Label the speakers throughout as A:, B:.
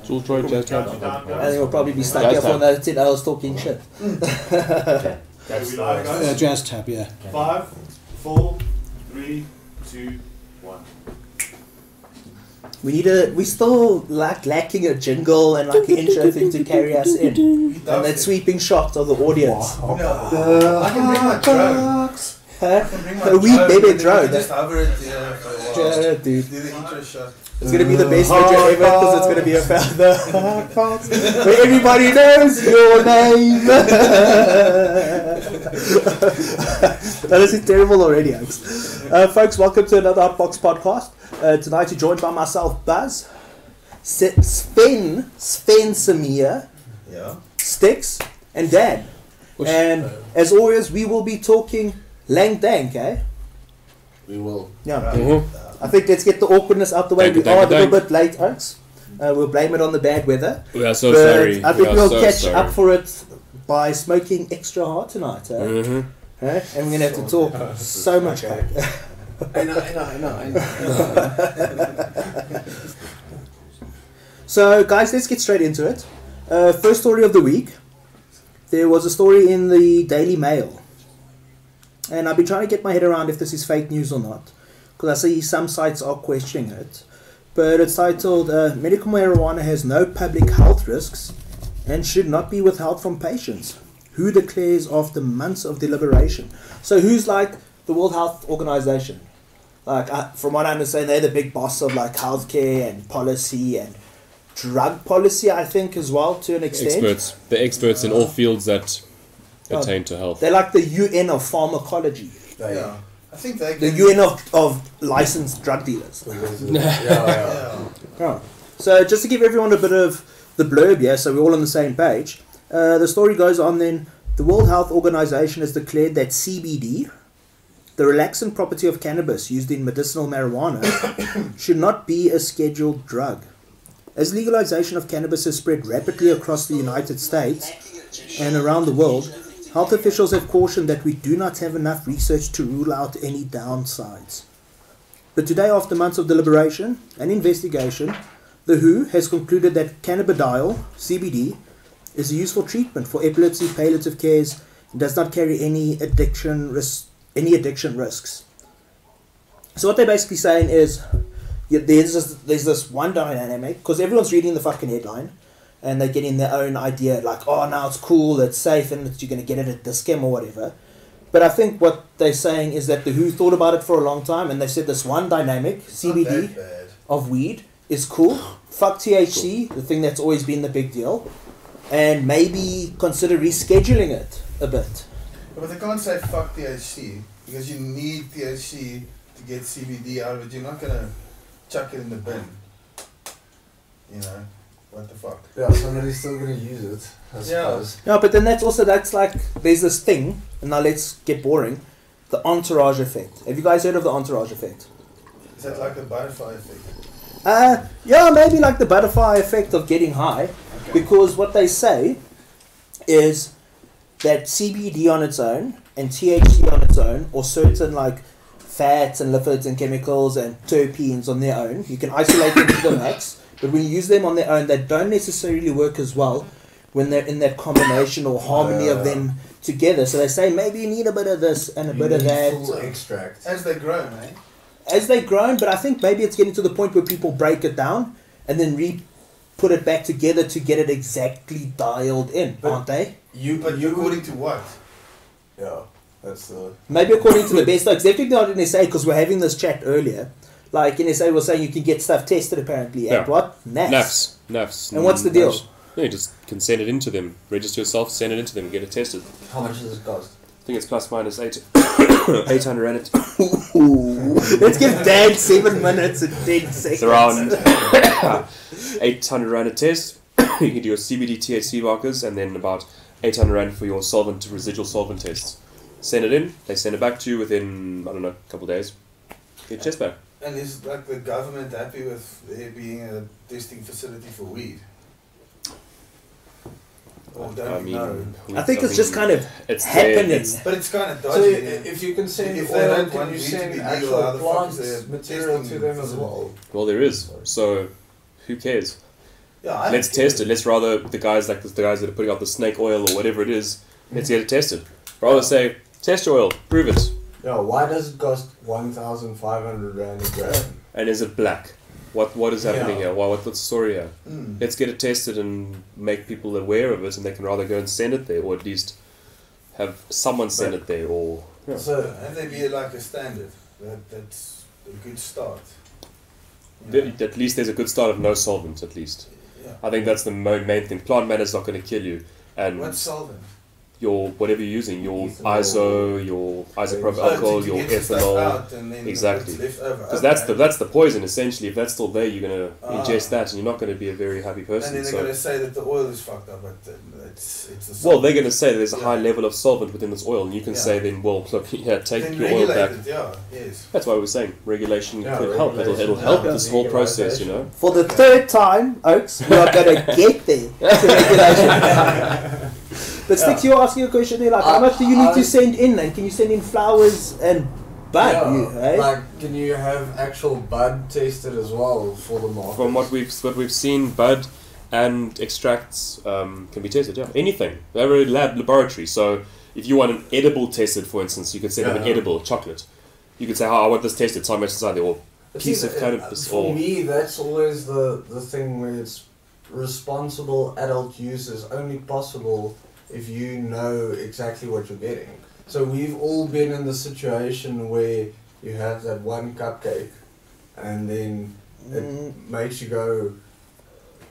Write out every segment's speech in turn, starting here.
A: It's all trade jazz clubs.
B: And you'll probably be stuck
A: Jazz
B: here for
A: tab.
B: another 10 hours talking shit.
C: Okay. That's
D: we live,
C: nice.
E: Uh, jazz tab, yeah.
D: Five, four, three, two, one.
B: We need a. We still like lacking a jingle and like the intro thing to carry us in, and that sweeping shot of the audience.
F: No. Oh. I can bring my drone. I
B: Huh?
F: can bring my
B: A wee
F: drone,
B: baby
F: and then we can
B: drone.
F: Just hover it there for a while.
B: Yeah, dude.
F: Do the intro shot.
B: It's gonna be the best video ever because it's gonna be about the hard parts, but everybody knows your name. that is terrible already, Alex. Uh, folks, welcome to another Hotbox podcast. Uh, tonight you're joined by myself, Buzz, S- Sven, Sven Samir,
F: Yeah.
B: Sticks, and Dad.
A: Whoosh.
B: And as always, we will be talking Lang Dank, eh?
C: We will.
B: Yeah.
A: Mhm.
B: I think let's get the awkwardness out the way.
A: Dank,
B: we
A: dank,
B: are a little
A: dank.
B: bit late, folks. Uh, we'll blame it on the bad weather.
A: We are so
B: but
A: Oh, sorry.
B: I think
A: we are
B: will
A: so
B: catch
A: sorry.
B: up for it by smoking extra hard tonight. Eh?
A: Mhm.
B: Eh? And we're going to have to talk so much. eh?
C: I know, I know, I know, I know.
B: So, guys, let's get straight into it. Uh, first story of the week. There was a story in the Daily Mail. And I've been trying to get my head around if this is fake news or not. Because I see some sites are questioning it. But it's titled uh, Medical Marijuana Has No Public Health Risks and Should Not Be Withheld from Patients. Who declares after months of deliberation? So, who's like the World Health Organization? Like, I, from what I understand, they're the big boss of like healthcare and policy and drug policy, I think, as well, to an extent.
A: Experts. The experts in all fields that
B: Oh.
A: pertain to health.
B: They're like the UN of pharmacology,
C: They-
F: Yeah. I think they
B: the
F: can-
B: UN of, of licensed drug dealers.
C: yeah, yeah.
F: Yeah.
B: Oh. So, just to give everyone a bit of the blurb, yeah, so we're all on the same page. Uh, the story goes on then the World Health Organization has declared that CBD, the relaxant property of cannabis used in medicinal marijuana, should not be a scheduled drug. As legalization of cannabis has spread rapidly across the United States, and around the world, health officials have cautioned that we do not have enough research to rule out any downsides. But today, after months of deliberation and investigation, the WHO has concluded that cannabidiol, CBD, is a useful treatment for epilepsy, palliative cares, and does not carry any addiction ris- any addiction risks. So what they're basically saying is, yeah, there's this, there's this one dynamic because everyone's reading the fucking headline, and they're getting their own idea like, oh, now it's cool, it's safe, and it's, you're gonna get it at the skim or whatever. But I think what they're saying is that the WHO thought about it for a long time, and they said this one dynamic, CBD,
F: Not that bad.
B: of weed is cool. Fuck THC, the thing that's always been the big deal, and maybe consider rescheduling it a bit.
F: But they can't say fuck THC because you need THC to get CBD out of it. You're not gonna chuck it in the bin. You know what the fuck?
C: Yeah, somebody's still gonna use it, I suppose.
B: No, but then that's also that's like there's this thing, and now let's get boring. The entourage effect. Have you guys heard of the entourage effect?
F: Is that like the butterfly effect?
B: Uh, yeah, maybe like the butterfly effect of getting high, because what they say is that CBD on its own and THC on its own, or certain like fats and lipids and chemicals and terpenes on their own, you can isolate them to the max. But when you use them on their own, they don't necessarily work as well when they're in that combination or harmony
C: Uh.
B: of them together. So they say maybe you need a bit of this and a
C: You
B: bit of
C: need
B: that.
C: Full extract.
F: As they grow, man.
B: as they've grown, but I think maybe it's getting to the point where people break it down and then re put it back together to get it exactly dialed in,
C: But-
B: aren't they?
C: You,
F: But
C: you
F: according to what?
C: Yeah, that's the.
B: Maybe according to the best, like definitely not in SA because we're having this chat earlier. Like in SA, we're saying you can get stuff tested apparently at
A: Yeah.
B: what? NAS.
A: Nafs. Nafs.
B: And what's the deal?
A: Nafs. No, you just can send it into them. Register yourself, send it into them, get it tested. I
C: How much does it cost?
A: think it's plus minus eight, 800 rand. It's
B: Let's give Dan seven minutes and ten seconds.
A: around 800 rand a test. you can do your CBD THC markers and then about 800 rand for your solvent, residual solvent tests. Send it in, they send it back to you within, I don't know, a couple of days. Get your test back.
F: And is like the government happy with there being a testing facility for weed? Or don't
A: I mean,
F: know.
A: we-
B: I think it's just
A: mean,
B: kind of
A: it's there,
B: happening.
A: it's-
F: But it's kind of
C: So
F: dodgy.
C: i-
F: eh?
C: if you can send
F: If they
C: oil,
F: don't
C: can
F: want
C: you
F: weed to
C: send
F: be legal, how
C: actual
F: the fuck is
C: plant
F: there
C: material to
F: testing
C: them as
F: facility?
C: well?
A: Well, there is. So, who cares?
F: Yeah, I
A: Let's
F: don't care.
A: test it. Let's rather the guys like the, the guys that are putting out the snake oil or whatever it is. Let's get it tested. Rather say test your oil, prove it,
C: Yeah, why does it cost 1,500 rand a gram?
A: and is it black? What what is happening
C: Yeah.
A: here? Why what, what's the story here?
F: Mm.
A: Let's get it tested and make people aware of it, and they can rather go and send it there, or at least have someone send it there, or Yeah.
C: So,
F: And they be like a standard. That, that's a good start. You know?
A: th- at least there's a good start of no solvent. At least
F: Yeah.
A: I think that's the mo- main thing. Plant matter is not going to kill you, and
F: What's solvent?
A: your whatever you're using, your
C: Ethanol.
A: ISO, your isopropyl
F: Oh, to-
A: alcohol,
F: to
A: your
F: get the stuff
A: ethanol.
F: out and then
A: Exactly.
F: what's left over.
A: Because that's
F: Okay.
A: the that's the poison essentially. If that's still there, you're gonna
F: Ah.
A: ingest that, and you're not gonna be a very happy person.
F: And then they're
A: so,
F: gonna say that the oil is fucked up, but then it's it's a
A: well,
F: solvent.
A: they're gonna say that there's a
F: Yeah.
A: high level of solvent within this oil, and you can
F: Yeah.
A: say then, well, look, yeah, take
F: Then
A: your oil
F: regulate
A: back.
F: It, yeah. Yes.
A: That's why we're saying regulation
C: Yeah,
A: could help. It'll, it'll
C: regulation,
A: help
B: yeah.
A: this whole process, you know.
B: For the third time, Oaks, we are going to get there to regulation. but Sticks, you're asking a question there like, how much do you need
C: Uh, I-
B: to send in, and can you send in flowers and bud?
C: yeah,
B: you, eh?
C: like, can you have actual bud tested as well for the market?
A: From what we've what we've seen, bud and extracts um, can be tested. Yeah, anything. They're a lab laboratory. So if you want an edible tested, for instance, you could send them an
C: Yeah.
A: edible chocolate. You could say, "Oh, I want this tested." So much inside there, or
C: But
A: piece
C: see,
A: of
C: uh,
A: cannabis
C: For
A: or-
C: me, that's always the, the thing where it's responsible adult use is only possible if you know exactly what you're getting. So we've all been in the situation where you have that one cupcake and then it
B: Mm.
C: makes you go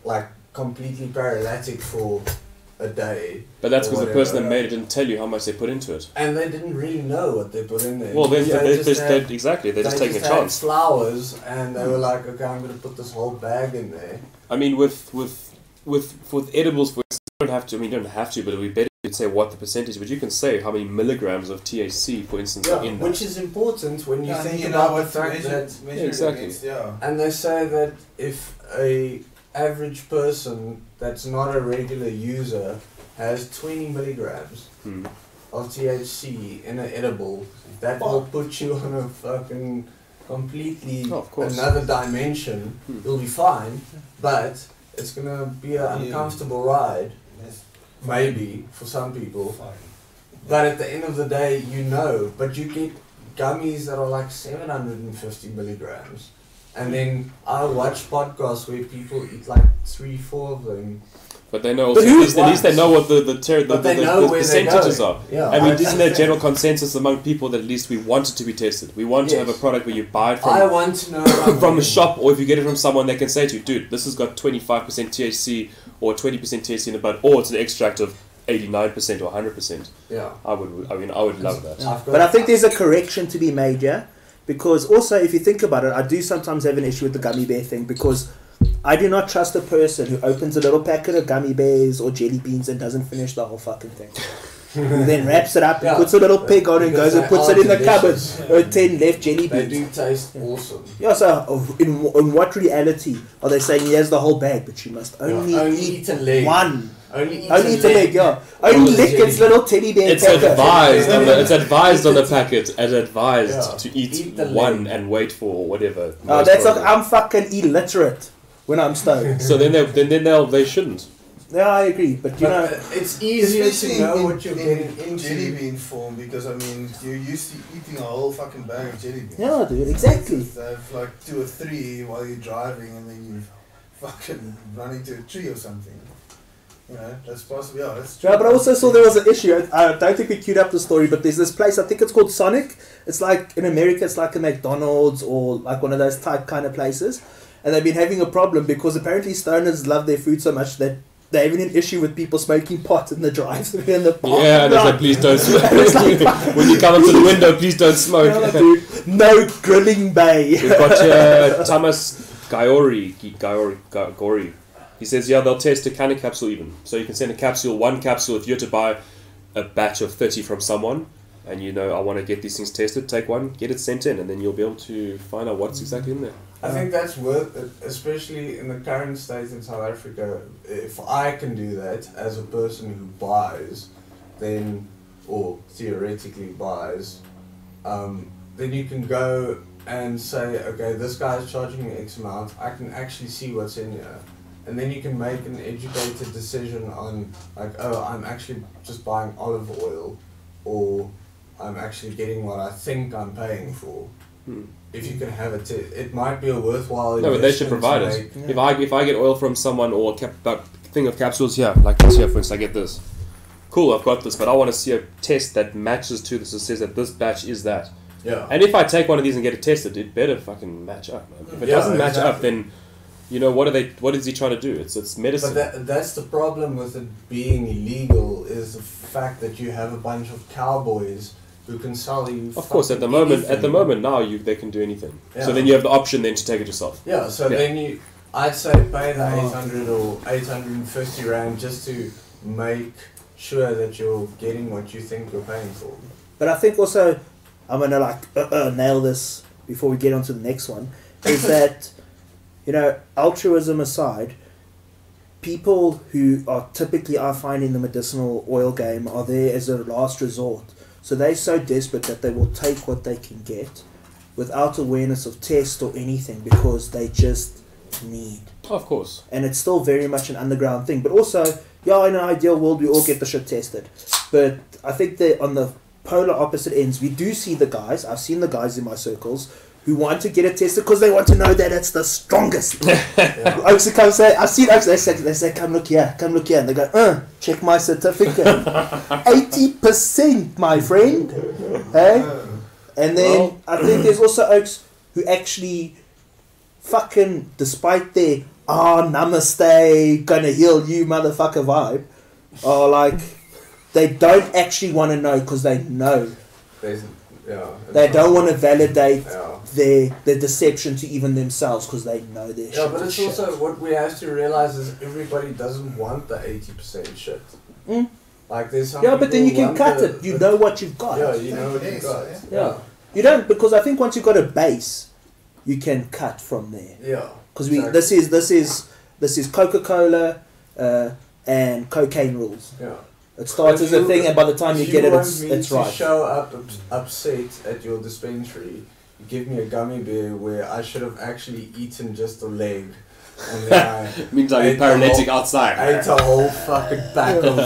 C: like completely paralytic for a day.
A: But that's
C: or
A: because the
C: whatever.
A: person that made it didn't tell you how much they put into it.
C: And they didn't really know what they put in there.
A: Well, they,
C: They
A: they, they,
C: just
A: just
C: had-
A: they, exactly, they're just
C: they
A: taking a
C: had
A: chance.
C: flowers, and they were
F: Hmm.
C: like, "Okay, I'm gonna put this whole bag in there."
A: I mean, with with with with edibles, for instance, you don't have to. I mean, you don't have to, but it would be better to say what the percentage. But you can say how many milligrams of THC, for instance, are in that.
C: which is important when you
F: And
C: think
F: you know
C: about the
F: what to
C: fact
F: measure-
C: that.
F: measure
A: Yeah,
F: it
A: exactly.
F: against, yeah.
C: And they say that if a average person that's not a regular user has 20 milligrams
A: Hmm.
C: of THC in an edible, that will put you on a fucking completely
A: Oh, of course.
C: another dimension.
A: Hmm.
C: You'll be fine, but it's gonna be an
F: Yeah.
C: uncomfortable ride.
F: That's
C: Maybe for some people,
F: fine.
C: but at the end of the day, you know. But you get gummies that are like 750 milligrams, and then I watch podcasts where people eat like three, four of them,
A: But they know. Also,
C: who
A: at, least, at least they
C: wants-
A: know what the the, ter- the,
C: but
A: the,
C: they
A: the,
C: know
A: the
C: where they're
A: percentages
C: going.
A: are.
C: Yeah,
A: I mean,
C: that's
A: isn't
C: the
A: there
C: thing.
A: general consensus among people that at least we want it to be tested? We want to
C: Yes.
A: have a product where you buy it
C: I
A: from
C: want to know what I'm
A: from a
C: eating.
A: shop, or if you get it from someone, they can say to you, dude, this has got 25% THC or 20% THC in the bud, or it's an extract of 89% or 100%.
C: Yeah,
A: I would, I mean, I would love that.
C: I've got-
B: But I think there's a correction to be made, yeah? Because also, if you think about it, I do sometimes have an issue with the gummy bear thing because I do not trust a person who opens a little packet of gummy bears or jelly beans and doesn't finish the whole fucking thing. Who then wraps it up and
C: Yeah.
B: puts a little pig on it and
C: Because
B: goes and
C: they
B: puts
C: are
B: it in the cupboard.
C: delicious.
B: Or 10 left jelly
C: They
B: beans.
C: do taste awesome.
B: Yeah, so of- in, wh- in what reality are they saying, here's the whole bag, but you must only
C: Yeah, only
B: eat
C: eat a leg.
B: one?
C: Only eat
B: Only
C: a
B: eat a leg, yeah.
C: Or
B: Only
C: the
B: lick
C: jelly.
B: its little teddy bear
A: It's
B: packet.
A: advised, on the, it's advised on the packet, and advised
C: Yeah.
A: to eat,
C: Eat the
A: one
C: leg.
A: and wait for whatever.
B: Oh,
A: most
B: that's like,
A: probably.
B: I'm fucking illiterate when I'm stoned.
A: so then they then, then they'll they shouldn't.
B: yeah, I agree, but you
C: But uh,
B: know,
C: it's easier to
F: Especially
C: know
F: in,
C: what you're
F: in,
C: getting
F: in
C: into.
F: jelly bean form because I mean you're used to eating a whole fucking bag of jelly beans.
B: yeah, dude, exactly.
F: They have like two or three while you're driving and then you fucking run into a tree or something. You know, that's possible. Yeah, that's true.
B: Yeah, but I also saw there was an issue. I I don't think we queued up the story, but there's this place. I think it's called Sonic. It's like in America, it's like a McDonald's or like one of those type kind of places, and they've been having a problem because apparently stoners love their food so much that they're having an issue with people smoking pot in the drive-through in the park.
A: yeah, and it's like please don't smoke. when you come up to the window, please don't
B: You
A: smoke.
B: know, like, dude, no grilling bay.
A: We've got uh, Thomas Gaiori, Gaiori, Gaiori. He says, yeah, they'll test a can of capsule even. So you can send a capsule, one capsule, if you're to buy a batch of 30 from someone, and you know, I want to get these things tested, take one, get it sent in, and then you'll be able to find out what's exactly in there.
C: I think that's worth it, especially in the current state in South Africa. If I can do that as a person who buys, then, or theoretically buys, um, then you can go and say, okay, this guy's charging me X amount. I can actually see what's in here. and then you can make an educated decision on like oh i'm actually just buying olive oil or i'm actually getting what i think i'm paying for
A: Hmm.
C: if you can have it to, it might be a worthwhile
A: No, but they should
C: investment to
A: provide us.
C: make.
B: yeah.
A: If I if I get oil from someone or a cap, that thing of capsules here, like this here, for instance, I get this. Cool, I've got this, but I want to see a test that matches to this. It says that this batch is that.
C: yeah
A: And if I take one of these and get it tested, it better fucking match up. Man. If it
C: Yeah,
A: doesn't match up,
C: exactly.
A: then you know what are they? What is he trying to do? It's it's medicine.
C: But that, that's the problem with it being illegal is the fact that you have a bunch of cowboys who can sell you.
A: of course, at the
C: fucking
A: moment, at the
C: anything.
A: moment now, you they can do anything.
C: Yeah.
A: So then you have the option then to take it yourself.
C: Yeah, so
A: Yeah.
C: then you, I'd say pay the
B: Oh.
C: eight hundred or eight hundred and fifty rand just to make sure that you're getting what you think you're paying for.
B: But I think also, I'm gonna like uh, uh, nail this before we get on to the next one. Is that, you know, altruism aside, people who are typically I find in the medicinal oil game are there as a last resort. So they're so desperate that they will take what they can get, without awareness of test or anything, because they just need.
A: Of course.
B: And it's still very much an underground thing. But also, yeah, in an ideal world, we all get the shit tested. But I think that on the polar opposite ends, we do see the guys. I've seen the guys in my circles who want to get it tested because they want to know that it's the strongest.
C: Yeah.
B: Oaks come say, I've seen Oaks. They say, they say, come look here, come look here, and they go, uh, check my certificate, eighty percent, my friend. Hey,
F: Uh,
B: and then
A: Well-
B: I think there's also Oaks who actually, fucking, despite their ah namaste, gonna heal you, motherfucker vibe, are like, they don't actually want to know because they know
C: There's, yeah.
B: they don't want to validate
C: Yeah.
B: their their deception to even themselves because they know their shit.
C: Yeah, but
B: is
C: it's
B: shit.
C: also what we have to realize is everybody doesn't want the eighty percent shit.
B: Mm.
C: Like there's some
B: Yeah, but then you
C: people
B: can cut
C: want the-
B: it. You
C: the-
B: know what you've got.
C: Yeah, you know what you
F: Yes,
C: got.
F: yeah.
B: Yeah. You don't because I think once you've got a base, you can cut from there.
C: Yeah.
B: Because we
C: Exactly.
B: this is this is this is Coca Cola uh, and cocaine rules.
C: Yeah.
B: It starts
C: If
B: as a
C: you-
B: thing, and by the time you
C: If
B: get it,
C: want
B: it's
C: me
B: it's
C: to
B: right.
C: Show up ups- upset at your dispensary. Give me a gummy bear where I should have actually eaten just a leg, and then I
A: means
C: I'm
A: I'm
C: Eight paralytic
A: paralytic
C: whole- ate
A: outside.
C: a whole fucking pack of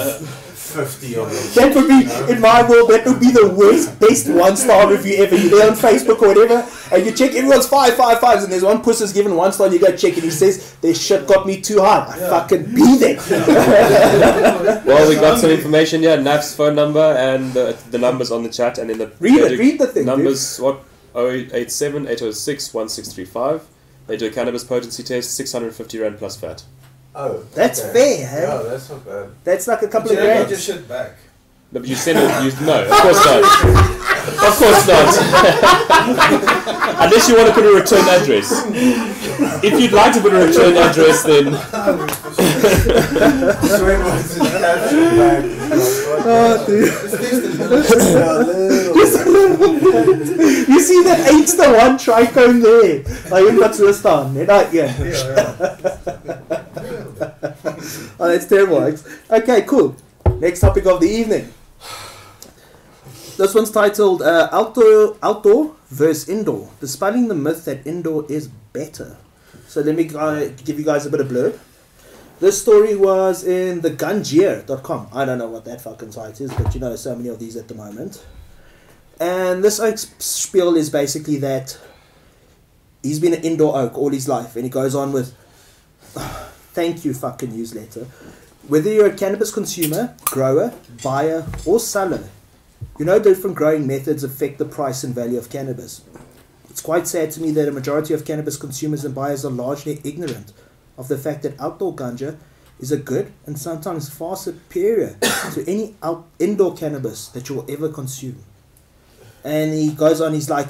C: fifty of them.
B: That would be, in my world, that would be the worst, best one star review ever. You're there on Facebook or whatever, and you check everyone's five, five, fives, and there's one puss who's given one star, and you go check, and he says, This shit got me too hard. I
C: Yeah.
B: fucking beat it.
A: Well, we got some information here. Naf's phone number and the, the numbers on the chat, and then the
B: read
A: they
B: it,
A: do
B: read the thing. Dude.
A: numbers what 087 806 1635. They do a cannabis potency test, 650 rand plus VAT.
C: Oh,
B: That's
C: okay.
B: fair, hey?
C: Yeah, that's not bad.
B: That's like a couple
F: you
B: of
F: don't get your
B: grand.
F: shit back.
A: No, but you send it. You, no, of course not. Of course not. Unless you want to put a return address. If you'd like to put a return address, then
C: So it was a caption bag.
B: Oh, dude.
C: Yeah, a little bit.
B: You see that eight's the one tricone there. Like, in Kazakhstan. They're like, yeah. Oh, that's terrible. Alex. Okay, cool. Next topic of the evening. This one's titled uh, Outdoor, Outdoor versus Indoor, dispelling the myth that indoor is better. So let me uh, give you guys a bit of blurb. This story was in thegungear.com. I don't know what that fucking site is, but you know so many of these at the moment. And this oak's spiel is basically that he's been an indoor oak all his life, and he goes on with thank you fucking newsletter. Whether you're a cannabis consumer, grower, buyer, or seller, you know different growing methods affect the price and value of cannabis. It's quite sad to me that a majority of cannabis consumers and buyers are largely ignorant of the fact that outdoor ganja is a good and sometimes far superior to any out- indoor cannabis that you will ever consume. And he goes on, he's like,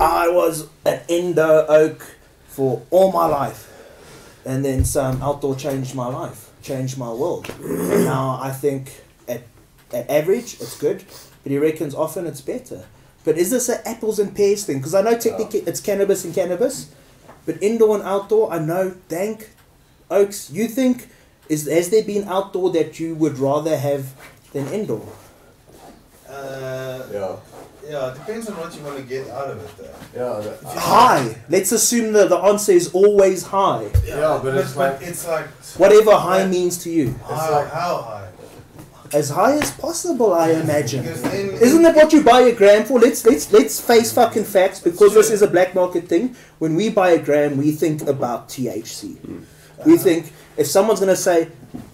B: I was an indoor oak for all my life and then some outdoor changed my life, changed my world. And now I think at, at average it's good, but he reckons often it's better. But is this an apples and pears thing? Because I know technically it's cannabis and cannabis, but indoor and outdoor, I know. Dank, Oaks, you think is has there been outdoor that you would rather have than indoor?
F: Uh,
C: Yeah.
F: Yeah, it depends on what you want to get out of it, though.
C: Yeah, the-
B: High. Let's assume that the answer is always high.
C: Yeah, but it's
F: but
C: like-
F: it's like
B: Whatever high means to you.
F: How,
C: like-
F: how high?
B: As high as possible, I imagine.
F: Because then
B: Isn't that what you buy a gram for? Let's let's let's face fucking facts because this is a black market thing. When we buy a gram, we think about THC. We think if someone's gonna say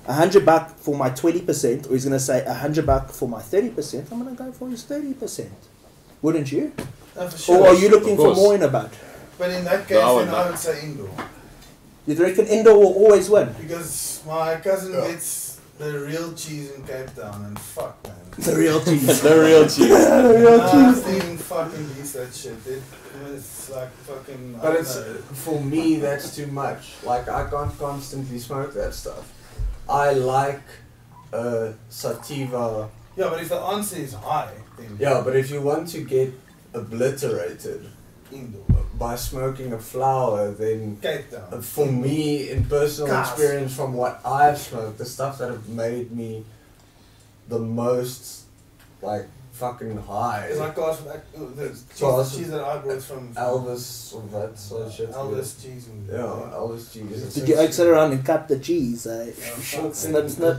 B: a hundred buck for my twenty percent, or he's gonna say a hundred buck for my thirty percent, I'm gonna go for his thirty percent. Wouldn't you?
F: No, uh, for sure.
C: Oh,
B: Or are you looking for
A: course.
B: more in a bud?
F: But in that case,
A: No, I
F: then I
A: would-
F: would say indoor.
B: You reckon indoor will always win?
F: Because my cousin
C: Yeah.
F: gets the real cheese in Cape Town, and fuck, man.
B: The real cheese.
A: the real cheese.
B: the real cheese.
F: Nothing fucking beats that shit. It, it's like fucking. I
C: But
F: don't
C: it's
F: know.
C: for me that's too much. Like I can't constantly smoke that stuff. I like uh, sativa.
F: Yeah, but if the answer is high, then
C: Yeah, but if you want to get obliterated
F: indoor.
C: by smoking a flower, then uh,
F: Cape Town.
C: for me, in personal
F: Gas.
C: experience, from what I've smoked, the stuff that have made me the most like fucking high.
F: It's like guys from Ac- uh, the cheese,
C: Well,
F: cheese that I brought from from
C: Elvis or that sort of shit.
F: Elvis cheese. And,
C: Yeah, Elvis Jesus.
B: Did you go sit around and cut the cheese? Eh? Snip, snip.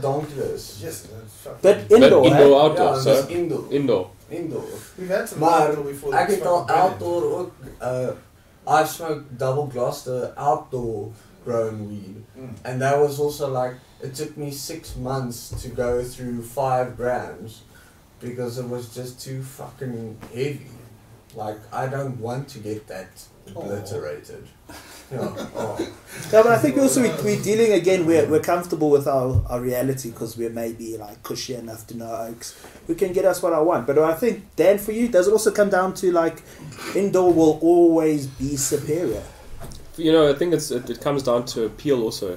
F: Yes,
C: Donkeys.
F: that's fucking.
B: But
A: But
B: indoor, eh?
A: indoor, outdoor,
C: yeah,
A: so
C: dis indoor.
A: indoor.
C: indoor.
F: We've had some
C: Maar
F: outdoor before.
C: Ek
F: that's
C: het al
F: fucking brilliant.
C: outdoor ook uh I've smoked double Gloucester outdoor grown weed
F: Mm.
C: and that was also like it took me 6 months to go through 5 grams because it was just too fucking heavy. Like I don't want to get that obliterated. Yeah. Oh.
B: No, but I think also we, we're dealing again. We're, we're comfortable with our, our reality because we're maybe like cushy enough to know oaks. We can get us what I want. But I think Dan, for you, does it also come down to like indoor will always be superior?
A: You know, I think it's it, it comes down to appeal also.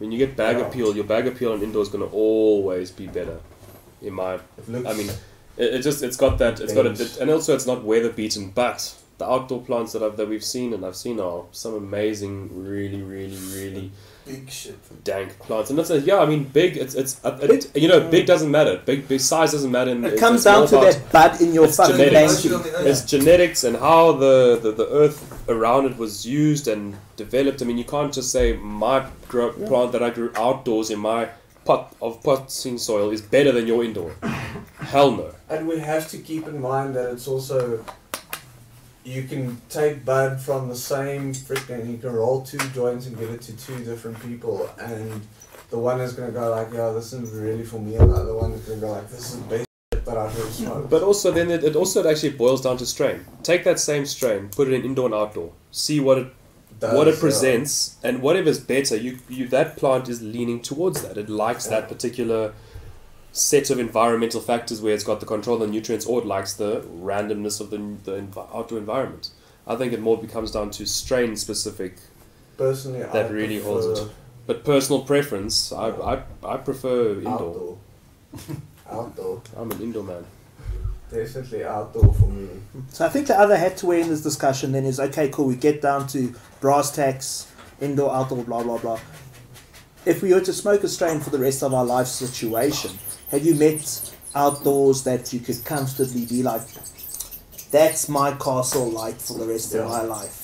A: When you get bag
C: Yeah.
A: appeal, your bag appeal on indoor is going to always be better, in my
C: It looks
A: I mean, it, it just it's got that it's got a
C: Things.
A: bit, and also it's not weather beaten. But the outdoor plants that I've that we've seen and I've seen are some amazing, really, really, really
F: Big shit.
A: dank plants. And that's a, yeah, I mean, big. It's it's it, you know, big doesn't matter. Big big size doesn't matter. in-
B: It
A: it's-
B: comes
A: it's more
B: down to
A: about-
B: that bud in your
A: it's
B: fucking
A: genetics.
B: banshee.
A: It's genetics and how the, the, the earth around it was used and developed. I mean, you can't just say my grow,
B: Yeah.
A: plant that I grew outdoors in my pot of potting soil is better than your indoor. Hell no.
C: And we have to keep in mind that it's also you can take bud from the same freaking you can roll two joints and give it to two different people and the one is gonna go like, yeah, this is really for me and the other one is gonna go like this is the best shit that I've ever smoked.
A: But also, then it, it also actually boils down to strain. Take that same strain, put it in indoor and outdoor, see what it
C: Does, uh,
A: what it
C: yeah.
A: presents, and whatever's better, you, you that plant is leaning towards that. It likes that particular set of environmental factors where it's got the control of the nutrients, or it likes the randomness of the the envi- outdoor environment. I think it more becomes down to strain specific,
C: Personally I
A: That really holds
C: prefer
A: it. but personal preference. I I, I prefer indoor.
C: Outdoor. outdoor.
A: I'm an indoor man.
C: Definitely outdoor for me.
B: So I think the other hat to wear in this discussion then is okay, cool. We get down to brass tacks, indoor, outdoor, blah blah blah. If we were to smoke a strain for the rest of our life situation, have you met outdoors that you could comfortably be like, that's my castle light for the rest
C: Yeah.
B: of my life.